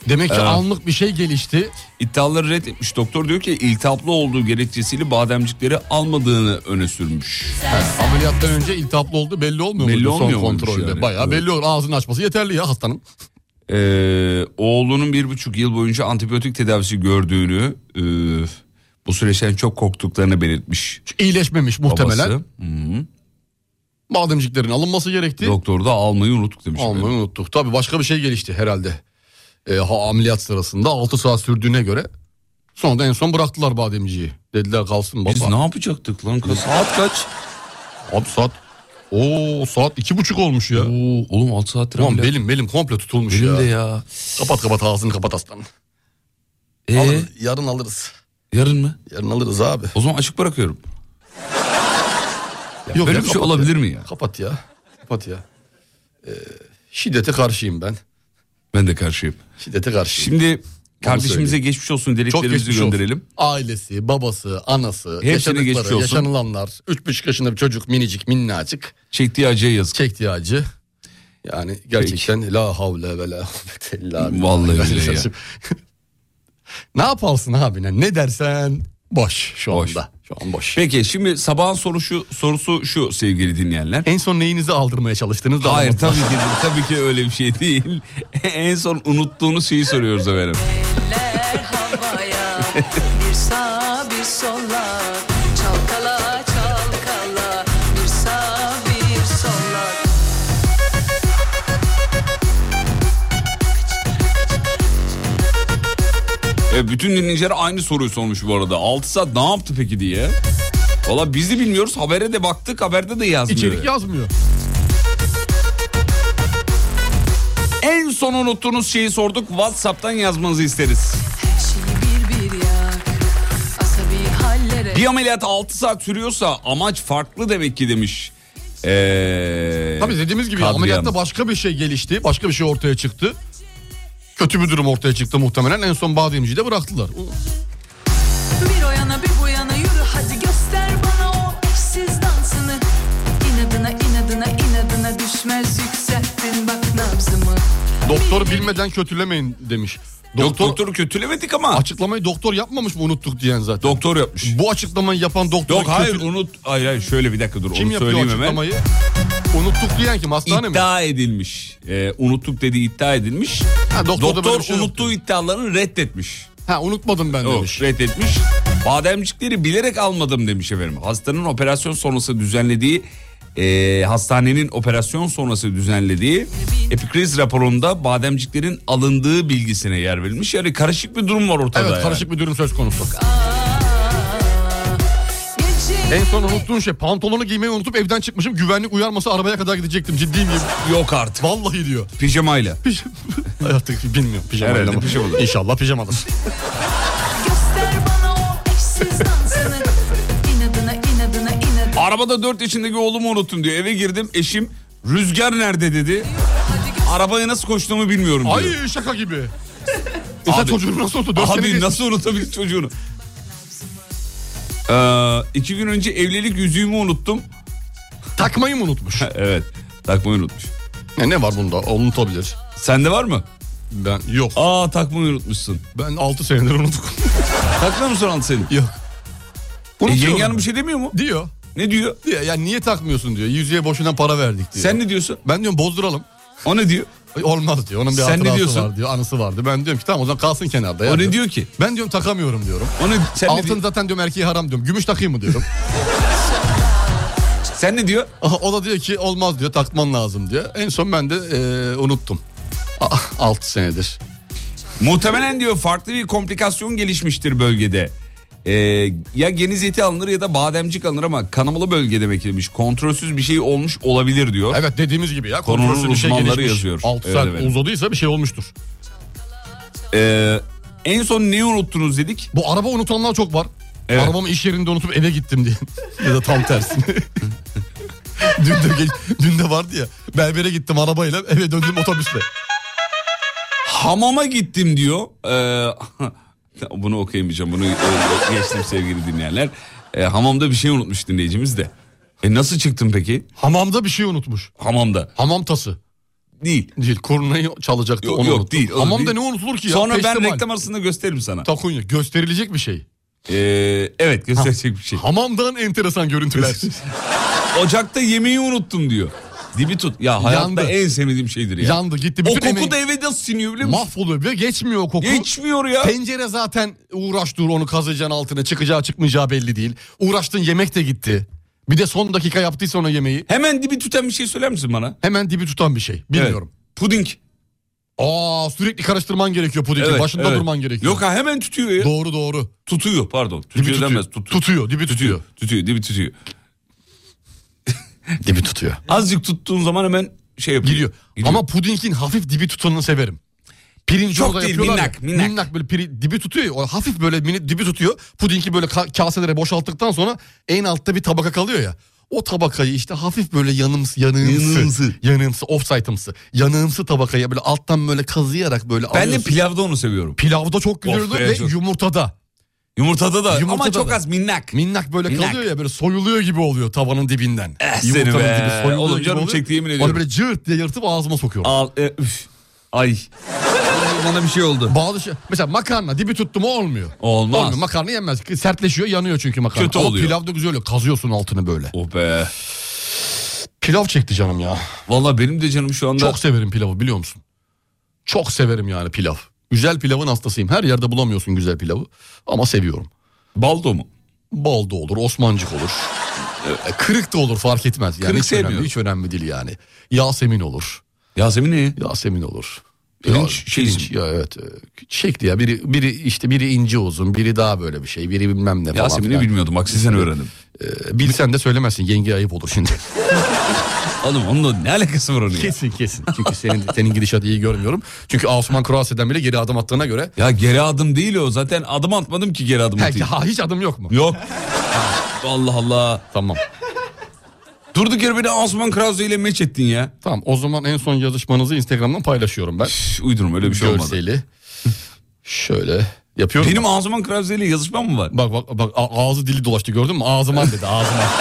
Demek ki Evet. anlık bir şey gelişti. Ee, İddiaları red etmiş. Doktor diyor ki iltihaplı olduğu gerekçesiyle bademcikleri almadığını öne sürmüş. Ameliyattan önce iltihaplı oldu belli olmuyor Belli muydu olmuyor son muymuş kontrolde? yani? Bayağı belli olur ağzını açması yeterli ya hastanın. Ee, oğlunun bir buçuk yıl boyunca antibiyotik tedavisi gördüğünü, e, bu süreçten çok korktuklarını belirtmiş. İyileşmemiş muhtemelen. Babası. Hı. Bademciklerin alınması gerekti. Doktor da almayı unuttuk demiş. Almayı unuttuk. Tabii başka bir şey gelişti herhalde. Ee, ha, ameliyat sırasında 6 saat sürdüğüne göre sonra da en son bıraktılar bademciyi. Dediler kalsın baba. Biz ne yapacaktık lan? Kız? Saat kaç? Abi saat Oo saat iki buçuk olmuş ya. Oo, oğlum 6 saattir Ulan ameliyat. belim belim komple tutulmuş Benim ya. de ya. Kapat kapat ağzını kapat aslanım. Ee? Alırız, yarın alırız. Yarın mı? Yarın alırız abi. O zaman açık bırakıyorum. Yok böyle ya, bir şey kapat olabilir mi ya? Kapat ya. Kapat ya. Ee, şiddete karşıyım ben. Ben de karşıyım. Şiddete karşıyım. Şimdi kardeşimize söyleyeyim. geçmiş olsun Çok dileklerimizi geçmiş olsun. gönderelim. Ailesi, babası, anası, Hepsine Ee, yaşadıkları, geçmiş olsun. yaşanılanlar. Üç buçuk yaşında bir çocuk minicik minnacık. Çektiği acıya yazık. Çektiği acı. Yani gerçekten la havle ve la kuvvete illa billah. Vallahi Yani billahi *laughs* ya. sen- ne yaparsın abine ne dersen boş şu anda. Şu an boş. Peki şimdi sabahın sorusu sorusu şu sevgili dinleyenler. En son neyinizi aldırmaya çalıştınız da Hayır tabii anlatın. ki tabii ki öyle bir şey değil. *laughs* en son unuttuğunuz şeyi soruyoruz efendim. *laughs* havaya Bir sağ bir sola Çalkala çalkala Bir sağ bir sola E, bütün dinleyiciler aynı soruyu sormuş bu arada. 6 saat ne yaptı peki diye. Valla biz de bilmiyoruz. Habere de baktık. Haberde de yazmıyor. İçerik yazmıyor. En son unuttuğunuz şeyi sorduk. WhatsApp'tan yazmanızı isteriz. Her şeyi bir bir yak Asabi hallere Bir ameliyat 6 saat sürüyorsa amaç farklı demek ki demiş. Ee, Tabii dediğimiz gibi Kadriye ameliyatta Hanım. başka bir şey gelişti. Başka bir şey ortaya çıktı. Kötü bir durum ortaya çıktı muhtemelen. En son Bademci'yi de bıraktılar. Bir o yana bir bu yana yürü hadi göster bana o eşsiz dansını İnadına inadına inadına düşmez yükselttin bak nabzımı Doktor bilmeden kötülemeyin demiş. Doktor, doktor kötülemedik ama. Açıklamayı doktor yapmamış mı unuttuk diyen zaten. Doktor yapmış. Bu açıklamayı yapan doktor Yok hayır unut. Hayır hayır şöyle bir dakika dur Kim onu yapıyor söyleyeyim hemen. açıklamayı? Unuttuk diyen kim? Hastane mi? İddia edilmiş. Ee, unuttuk dediği iddia edilmiş. doktor da doktor böyle bir şey unuttuğu iddialarını reddetmiş. Ha unutmadım ben Yok, reddetmiş. Bademcikleri bilerek almadım demiş efendim. Hastanın operasyon sonrası düzenlediği e, hastanenin operasyon sonrası düzenlediği epikriz raporunda bademciklerin alındığı bilgisine yer verilmiş. Yani karışık bir durum var ortada. Evet yani. karışık bir durum söz konusu. En son unuttuğum şey pantolonu giymeyi unutup evden çıkmışım. Güvenlik uyarması arabaya kadar gidecektim ciddiyim gibi. Yok artık. Vallahi diyor. Pijamayla. *laughs* Artık bilmiyorum pijamayla Herhalde mı? pijamalı. İnşallah pijamalı. Göster bana o eşsiz dansını İnadına inadına inadına Arabada 4 yaşındaki oğlumu unuttum diyor. Eve girdim eşim rüzgar nerede dedi. Arabaya nasıl koştuğumu bilmiyorum diyor. Ay şaka gibi. E sen çocuğunu nasıl unuttun? Dört sene Abi geçti. nasıl unutabilir çocuğunu? Ee, iki gün önce evlilik yüzüğümü unuttum. Takmayı mı unutmuş? *laughs* evet takmayı unutmuş. ne var bunda unutabilir. Sende var mı? Ben yok. Aa takmayı unutmuşsun. Ben 6 senedir unuttum. *laughs* Takmıyor musun 6 senedir? Yok. E, yengen bir şey demiyor mu? Diyor. Ne diyor? diyor ya niye takmıyorsun diyor. Yüzüğe boşuna para verdik diyor. Sen ne diyorsun? Ben diyorum bozduralım. O ne diyor? Olmaz diyor. Onun bir Sen ne hatırası diyorsun? var diyor. Anısı vardı. Ben diyorum ki tamam o zaman kalsın kenarda. ya O ne diyorum. diyor ki? Ben diyorum takamıyorum diyorum. O ne, sen ne Altın diyor? zaten diyorum erkeğe haram diyorum. Gümüş takayım mı diyorum. *laughs* sen ne diyor? o da diyor ki olmaz diyor takman lazım diyor. En son ben de eee, unuttum. 6 senedir. Muhtemelen diyor farklı bir komplikasyon gelişmiştir bölgede. Ee, ya geniz eti alınır ya da bademcik alınır ama kanamalı bölge demek demiş. Kontrolsüz bir şey olmuş olabilir diyor. Evet dediğimiz gibi ya. Konunun kontrolsüz bir şey uzmanları gelişmiş. yazıyor. Altı Evet, saat evet. uzadıysa bir şey olmuştur. Ee, en son neyi unuttunuz dedik? Bu araba unutanlar çok var. Evet. Arabamı iş yerinde unutup eve gittim diye. *laughs* ya da tam tersine. *laughs* dün, de, geç- dün de vardı ya. Berbere gittim arabayla eve döndüm otobüsle. Hamama gittim diyor. Ee, *laughs* bunu okuyamayacağım. Bunu e, geçtim sevgili dinleyenler. Ee, hamamda bir şey unutmuş dinleyicimiz de. E nasıl çıktın peki? Hamamda bir şey unutmuş. Hamamda. Hamam tası. Değil. Değil. Kurnayı çalacaktı Yok, onu yok unuttum. değil. o da Hamamda değil. ne unutulur ki ya? Sonra ben Festival. reklam arasında gösteririm sana. Takunya. Gösterilecek bir şey. Ee, evet gösterecek bir şey. Hamamdan enteresan görüntüler. *laughs* Ocakta yemeği unuttum diyor. Dibi tut. Ya hayatta Yandı. en sevmediğim şeydir ya. Yandı gitti. O Bütün koku emeği- da eve nasıl siniyor biliyor musun? Mahvoluyor ve geçmiyor o koku. Geçmiyor ya. Tencere zaten uğraş dur onu kazıyacaksın altına çıkacağı çıkmayacağı belli değil. Uğraştın yemek de gitti. Bir de son dakika yaptıysa ona yemeği. Hemen dibi tutan bir şey söyler misin bana? Hemen dibi tutan bir şey. Bilmiyorum. Puding. Aa sürekli karıştırman gerekiyor pudingin. Evet, Başında evet. durman gerekiyor. Yok ha hemen tutuyor ya. Doğru doğru. Tutuyor pardon. Tutuyor tutuyor. denmez. Tutuyor. Tutuyor, dibi tutuyor. Tutuyor dibi tutuyor. *laughs* Dibi tutuyor. Azıcık tuttuğun zaman hemen şey yapıyor. Gidiyor. Ama pudingin hafif dibi tutanını severim. Pirinci Çok orada değil, yapıyorlar ya. minnak, minnak. böyle piri- dibi tutuyor ya, o hafif böyle mini, dibi tutuyor. Pudingi böyle ka- kaselere boşalttıktan sonra en altta bir tabaka kalıyor ya. O tabakayı işte hafif böyle yanımsı, yanığımsı, yanığımsı, Yanığımsı. offsite'ımsı, yanığımsı tabakaya böyle alttan böyle kazıyarak böyle Ben de alıyorsun. pilavda onu seviyorum. Pilavda çok güzel Of olur be, ve çok- yumurtada. Yumurtada da ama Yumurtada çok da. az minnak. Minnak böyle Minnak. kalıyor ya böyle soyuluyor gibi oluyor tavanın dibinden. Eh seni be. Oğlum canım çekti, yemin ediyorum. Onu böyle cırt diye yırtıp ağzıma sokuyorum. Al, e, üf. Ay. Bana bir şey oldu. Bazı şey, mesela makarna dibi tuttu mu olmuyor. Olmaz. Olmuyor makarna yenmez. Sertleşiyor yanıyor çünkü makarna. Kötü Ama oluyor. pilav da güzel oluyor. Kazıyorsun altını böyle. Oh be. Pilav çekti canım ya. Valla benim de canım şu anda. Çok severim pilavı biliyor musun? Çok severim yani pilav. Güzel pilavın hastasıyım. Her yerde bulamıyorsun güzel pilavı. Ama seviyorum. Baldo mu? Baldo olur, Osmancık olur. E, Kırık da olur fark etmez. Yani Kırık hiç önemli, sevmiyorum. hiç önemli değil yani. Yasemin olur. Yasemin ne? Yasemin olur. Pirinç Ya, şeysi pirinç, ya evet. e, Çekti ya biri biri işte biri ince uzun, biri daha böyle bir şey, biri bilmem ne falan. Yasemin'i filan. bilmiyordum bak sizden öğrendim. E, Bilsen de söylemezsin yenge ayıp olur şimdi. *laughs* Oğlum onunla ne alakası var onun ya? kesin kesin. Çünkü senin senin gidişatı iyi görmüyorum. Çünkü Osman Kroasya'dan bile geri adım attığına göre. Ya geri adım değil o zaten adım atmadım ki geri adım Ha, *laughs* atayım. ha, hiç adım yok mu? Yok. Allah Allah. Tamam. Durduk yere beni Osman Krause ile meç ettin ya. Tamam o zaman en son yazışmanızı Instagram'dan paylaşıyorum ben. uydurma öyle bir şey olmadı. Görseli. Şöyle yapıyorum. Benim Osman Krause ile yazışmam mı var? Bak bak bak a- ağzı dili dolaştı gördün mü? Ağzıma dedi ağzıma. *laughs*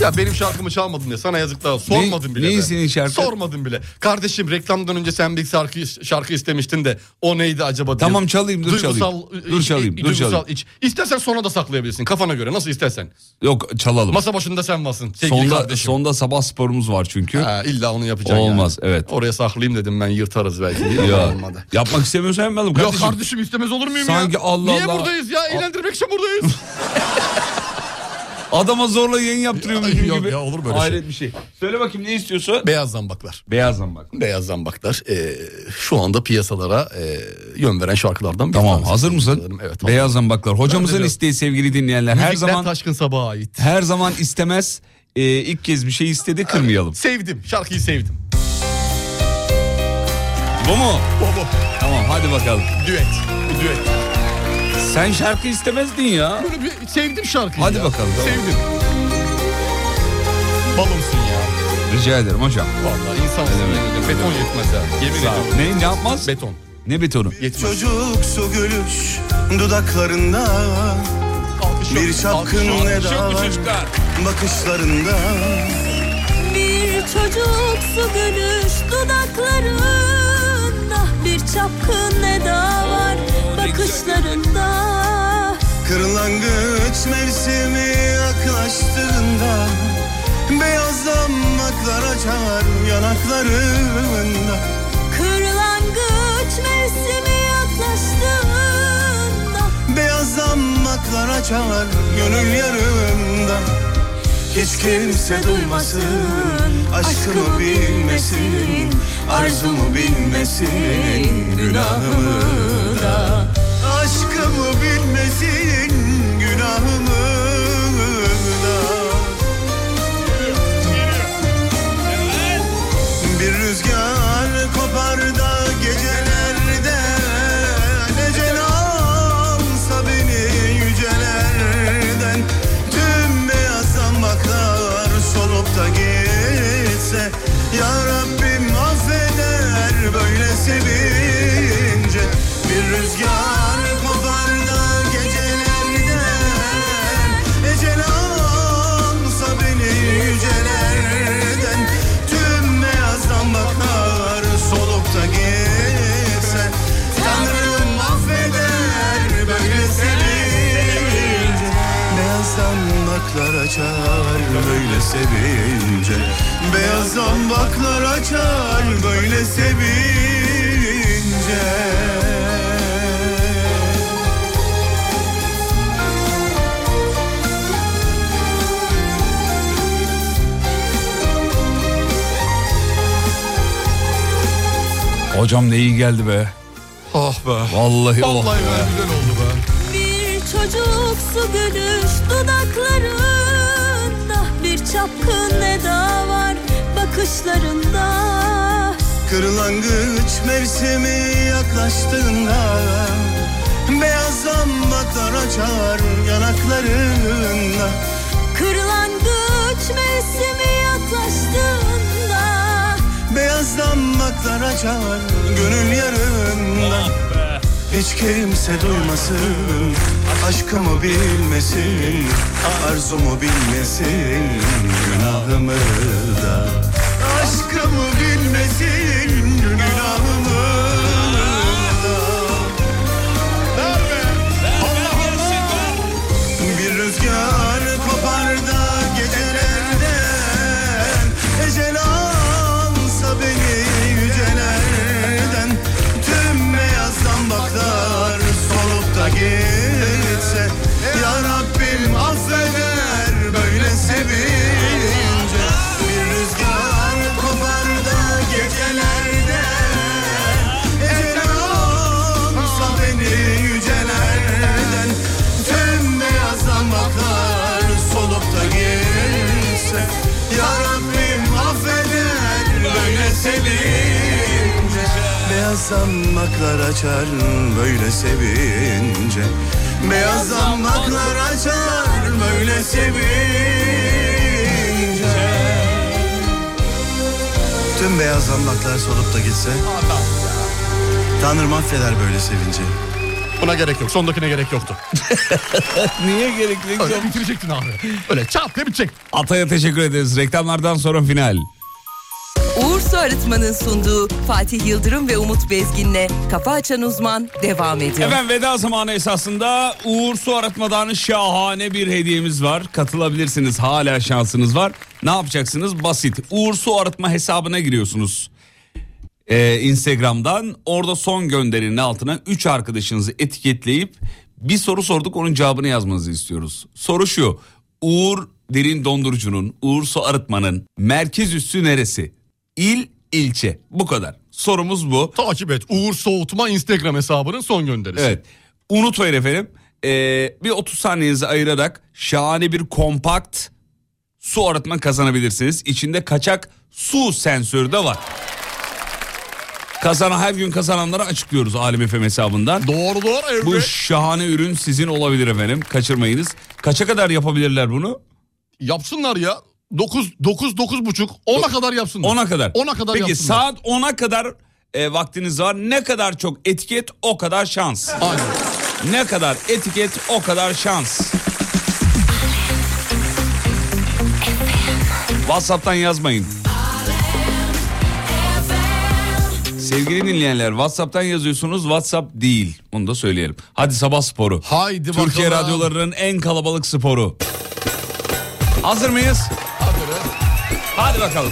Ya benim şarkımı çalmadın diye sana yazıklar. olsun. Ne- Sormadın bile. neyi be. senin şarkın? Sormadın bile. Kardeşim reklamdan önce sen bir şarkı, şarkı istemiştin de o neydi acaba diye. Tamam, çalayım, dur Duygusal, çalayım. e, Dur çalayım, e, dur duygusal çalayım. iç. İstersen sonra da saklayabilirsin kafana göre nasıl istersen. Yok çalalım. Masa başında sen varsın sevgili Sonda, kardeşim. sonda sabah sporumuz var çünkü. Ha, illa onu yapacaksın Olmaz, yani. evet. Oraya saklayayım dedim ben yırtarız belki. diye *laughs* Ya, ama Olmadı. Yapmak istemiyorsan yapmayalım Ya kardeşim. kardeşim istemez olur muyum ya? Sanki Allah Niye Allah. buradayız ya? Eğlendirmek için buradayız. *laughs* Adama zorla yayın yaptırıyormuşum Yok gibi. ya, olur böyle şey. Hayret bir şey. Söyle bakayım ne istiyorsa. Beyaz zambaklar. Beyaz zambak. Beyaz zambaklar e, şu anda piyasalara e, yön veren şarkılardan bir Tamam tanesi. hazır mısın? Sanırım, Evet. hazırım. Beyaz zambaklar. Hocamızın biliyorum. isteği sevgili dinleyenler. Müzikler Her zaman Taşkın Sabah'a ait. her zaman istemez. Ee, ilk kez bir şey istedi kırmayalım. Sevdim. Şarkıyı sevdim. Bu mu? Bu bu. Tamam hadi bakalım. Düet. Bu düet. Sen şarkı istemezdin ya. Böyle bir sevdim şarkıyı. Hadi ya. bakalım. Sevdim. Balımsın ya. Rica ederim hocam. Vallahi insansın. yemin ederim. Beton yetmez ha. Yemin Sağ ol. ediyorum. Ne, ne yapmaz? Beton. Ne betonu? Çocuksu gülüş dudaklarında Bir şapkın neda var bakışlarında Bir çocuksu gülüş dudaklarında Bir çapkın eda var bakışlarında Kırlangıç mevsimi yaklaştığında Beyaz damlaklar açar yanaklarında Kırlangıç mevsimi yaklaştığında Beyaz damlaklar açar gönül yarımda Hiç kimse duymasın Aşkımı bilmesin Arzumu bilmesin Günahımı da Aşkımı bilmesin Günahımı da Bir rüzgar kopar da gecelerde Ecel alsa beni yücelerden Tüm beyaz zambaklar solup da gitse Ya Rabbim affeder böyle sevince Bir rüzgar kopar da gecelerden Ecel alsa beni yücelerden Tüm beyazdan bakar solukta geçsen Tanrım affeder böyle sevince Beyaz damlaklar açar böyle sevince Beyaz damlaklar açar böyle sevince Hocam ne iyi geldi be. Ah be. Vallahi oh Vallahi be. be, güzel oldu be. Bir çocuksu gülüş dudaklarında Bir çapkın eda var bakışlarında Kırlangıç mevsimi yaklaştığında Beyaz zambaklar açar yanaklarında Kırlangıç mevsimi yaklaştığında Beyaz zambaklar açar gönül yarımda Hiç kimse duymasın Aşkımı bilmesin Arzumu bilmesin Günahımı da Aşkımı bilmesin Günahımı da Allah Allah bir rüzgar kopar da gecelerden Ecel alsa beni yücelerden Tüm beyaz zambaklar solup da gitse Ya Rabbim affeder böyle sevince Bir rüzgar kopar da gecelerden Beyaz zamaklar açar böyle sevince Beyaz zamaklar açar böyle sevince Tüm beyaz zamaklar solup da gitse Tanrım affeder böyle sevince Buna gerek yok. Sondakine gerek yoktu. *laughs* Niye gerek yok? Öyle bitirecektin abi. Öyle çat diye bitecek. Atay'a teşekkür ederiz. Reklamlardan sonra final. Uğur Su Arıtma'nın sunduğu Fatih Yıldırım ve Umut Bezgin'le Kafa Açan Uzman devam ediyor. Efendim veda zamanı esasında Uğur Su Arıtma'dan şahane bir hediyemiz var. Katılabilirsiniz hala şansınız var. Ne yapacaksınız? Basit. Uğur Su Arıtma hesabına giriyorsunuz. Ee, Instagram'dan orada son gönderinin altına 3 arkadaşınızı etiketleyip bir soru sorduk onun cevabını yazmanızı istiyoruz. Soru şu. Uğur Derin Dondurucu'nun, Uğur Su Arıtma'nın merkez üssü neresi? İl, ilçe. Bu kadar. Sorumuz bu. Takip et. Uğur Soğutma Instagram hesabının son gönderisi. Evet. Unutmayın efendim. Ee, bir 30 saniyenizi ayırarak şahane bir kompakt su arıtma kazanabilirsiniz. İçinde kaçak su sensörü de var. Kazanan her gün kazananları açıklıyoruz Alim FM hesabından. Doğru doğru Bu şahane ürün sizin olabilir efendim. Kaçırmayınız. Kaça kadar yapabilirler bunu? Yapsınlar ya. 9 9 9 buçuk 10'a kadar yapsınlar. 10'a kadar. 10'a kadar Peki yapsınlar. saat 10'a kadar e, vaktiniz var. Ne kadar çok etiket o kadar şans. Ne kadar etiket o kadar şans. WhatsApp'tan yazmayın. Sevgili dinleyenler WhatsApp'tan yazıyorsunuz WhatsApp değil. Onu da söyleyelim. Hadi sabah sporu. Haydi Türkiye bakalım. radyolarının en kalabalık sporu. Hazır mıyız? Hadi bakalım.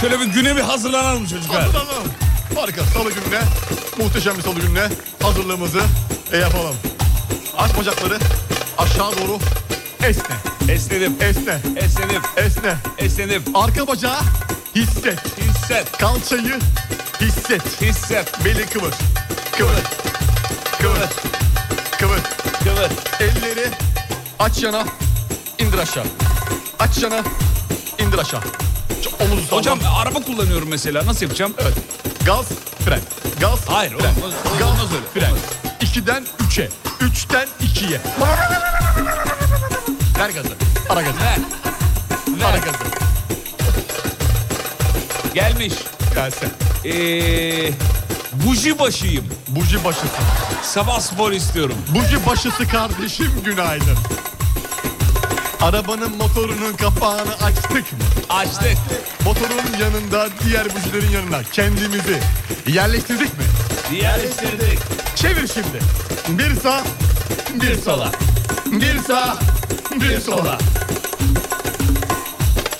Şöyle bir güne bir hazırlanalım çocuklar. Hazırlanalım. Harika. Salı gününe muhteşem bir salı gününe hazırlığımızı e, yapalım. Aç bacakları aşağı doğru esne. Esnedim. Esne. Esnedim. Esne. Esnedim. Arka bacağı hisset. Hisset. Kalçayı hisset. Hisset. Beli kıvır. Kıvır. Kıvır. Kıvır. Kıvır. Elleri aç yana indir aşağı. Aç yana indir aşağı. Çok omuzu salla. Hocam araba kullanıyorum mesela nasıl yapacağım? Evet. Gaz, fren. Gaz, Hayır, fren. Gaz, fren. 2'den 3'e. 3'ten 2'ye. Ver gazı. Ara gazı. Ver. Ara gazı. Gelmiş. Gelsin. Ee, buji başıyım. Buji başısın. Sabah spor istiyorum. Burcu başısı kardeşim günaydın. Arabanın motorunun kapağını açtık mı? Açtık. Motorun yanında diğer bujilerin yanına kendimizi yerleştirdik mi? Yerleştirdik. Çevir şimdi. Bir sağ, bir sola. Bir sağ, bir sola.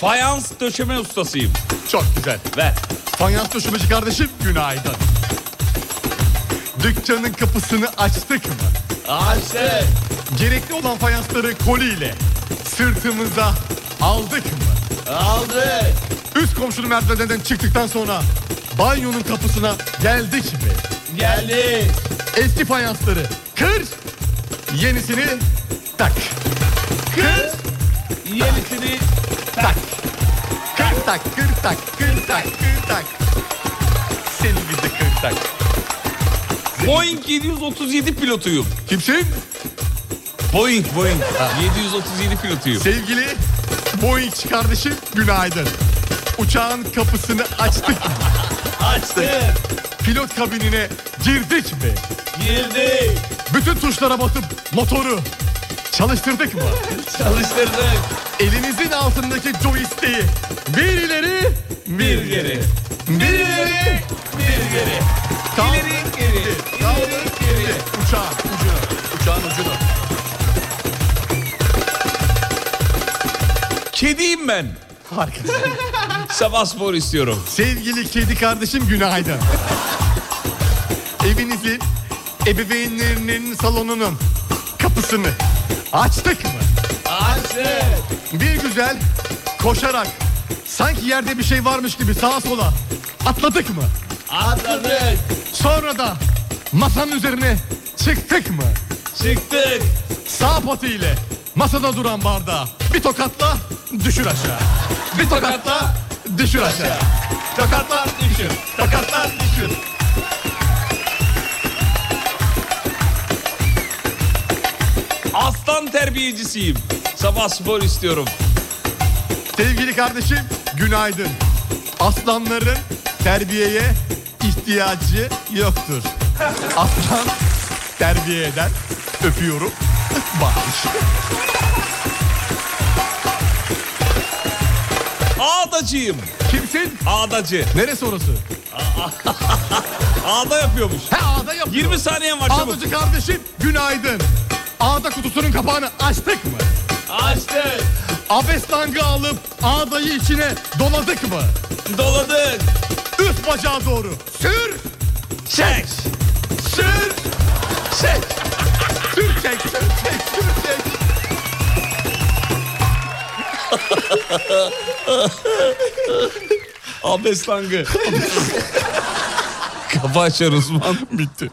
Fayans döşeme ustasıyım. Çok güzel. Ver. Fayans döşemeci kardeşim günaydın. Dükkanın kapısını açtık mı? Açtık. Gerekli olan fayansları koliyle sırtımıza aldık mı? Aldık. Üst komşunun merdivenden çıktıktan sonra banyonun kapısına geldik mi? Geldik. Eski fayansları kır, yenisini tak. Kır, yenisini tak. Kır tak, kır tak, kır tak, kır tak. Senin bizi kır tak. Boeing 737 pilotuyum. Kimsin? Boeing, Boeing. 737 pilotuyum. Sevgili Boeing kardeşim günaydın. Uçağın kapısını açtık. açtık. Pilot kabinine girdik mi? Girdik. Bütün tuşlara batıp motoru çalıştırdık mı? *laughs* Çalıştırdık. Elinizin altındaki joystick'i bir ileri bir geri. Bir ileri bir geri. İleri geri. İleri geri. Uçağın ucunu. Uçağın ucunu. Kediyim ben. Harika. Sabah spor istiyorum. Sevgili kedi kardeşim günaydın. Evinizin ebeveynlerinin salonunun kapısını açtık mı? Açtık. Bir güzel koşarak sanki yerde bir şey varmış gibi sağa sola atladık mı? Atladık. Sonra da masanın üzerine çıktık mı? Çıktık. Sağ patı ile masada duran bardağı bir tokatla düşür aşağı. Bir tokatla düşür aşağı. Takatlar düşür. Takatlar düşür. Aslan terbiyecisiyim. Sabah spor istiyorum. Sevgili kardeşim günaydın. Aslanların terbiyeye ihtiyacı yoktur. Aslan terbiye eder. Öpüyorum. Barış. Ağdacıyım. Kimsin? Ağdacı. Neresi orası? Ağda yapıyormuş. He ağda yapıyor. 20 saniyen var çabuk. Ağdacı kardeşim günaydın. Ağda kutusunun kapağını açtık mı? Açtık. Abes tangı alıp ağdayı içine doladık mı? Doladık. Üst bacağa doğru. Sür. Çek. Sür. Çek. Sür çek. Sür çek. Sür çek. Abes tangı. *laughs* Kafa açar Osman. Bitti.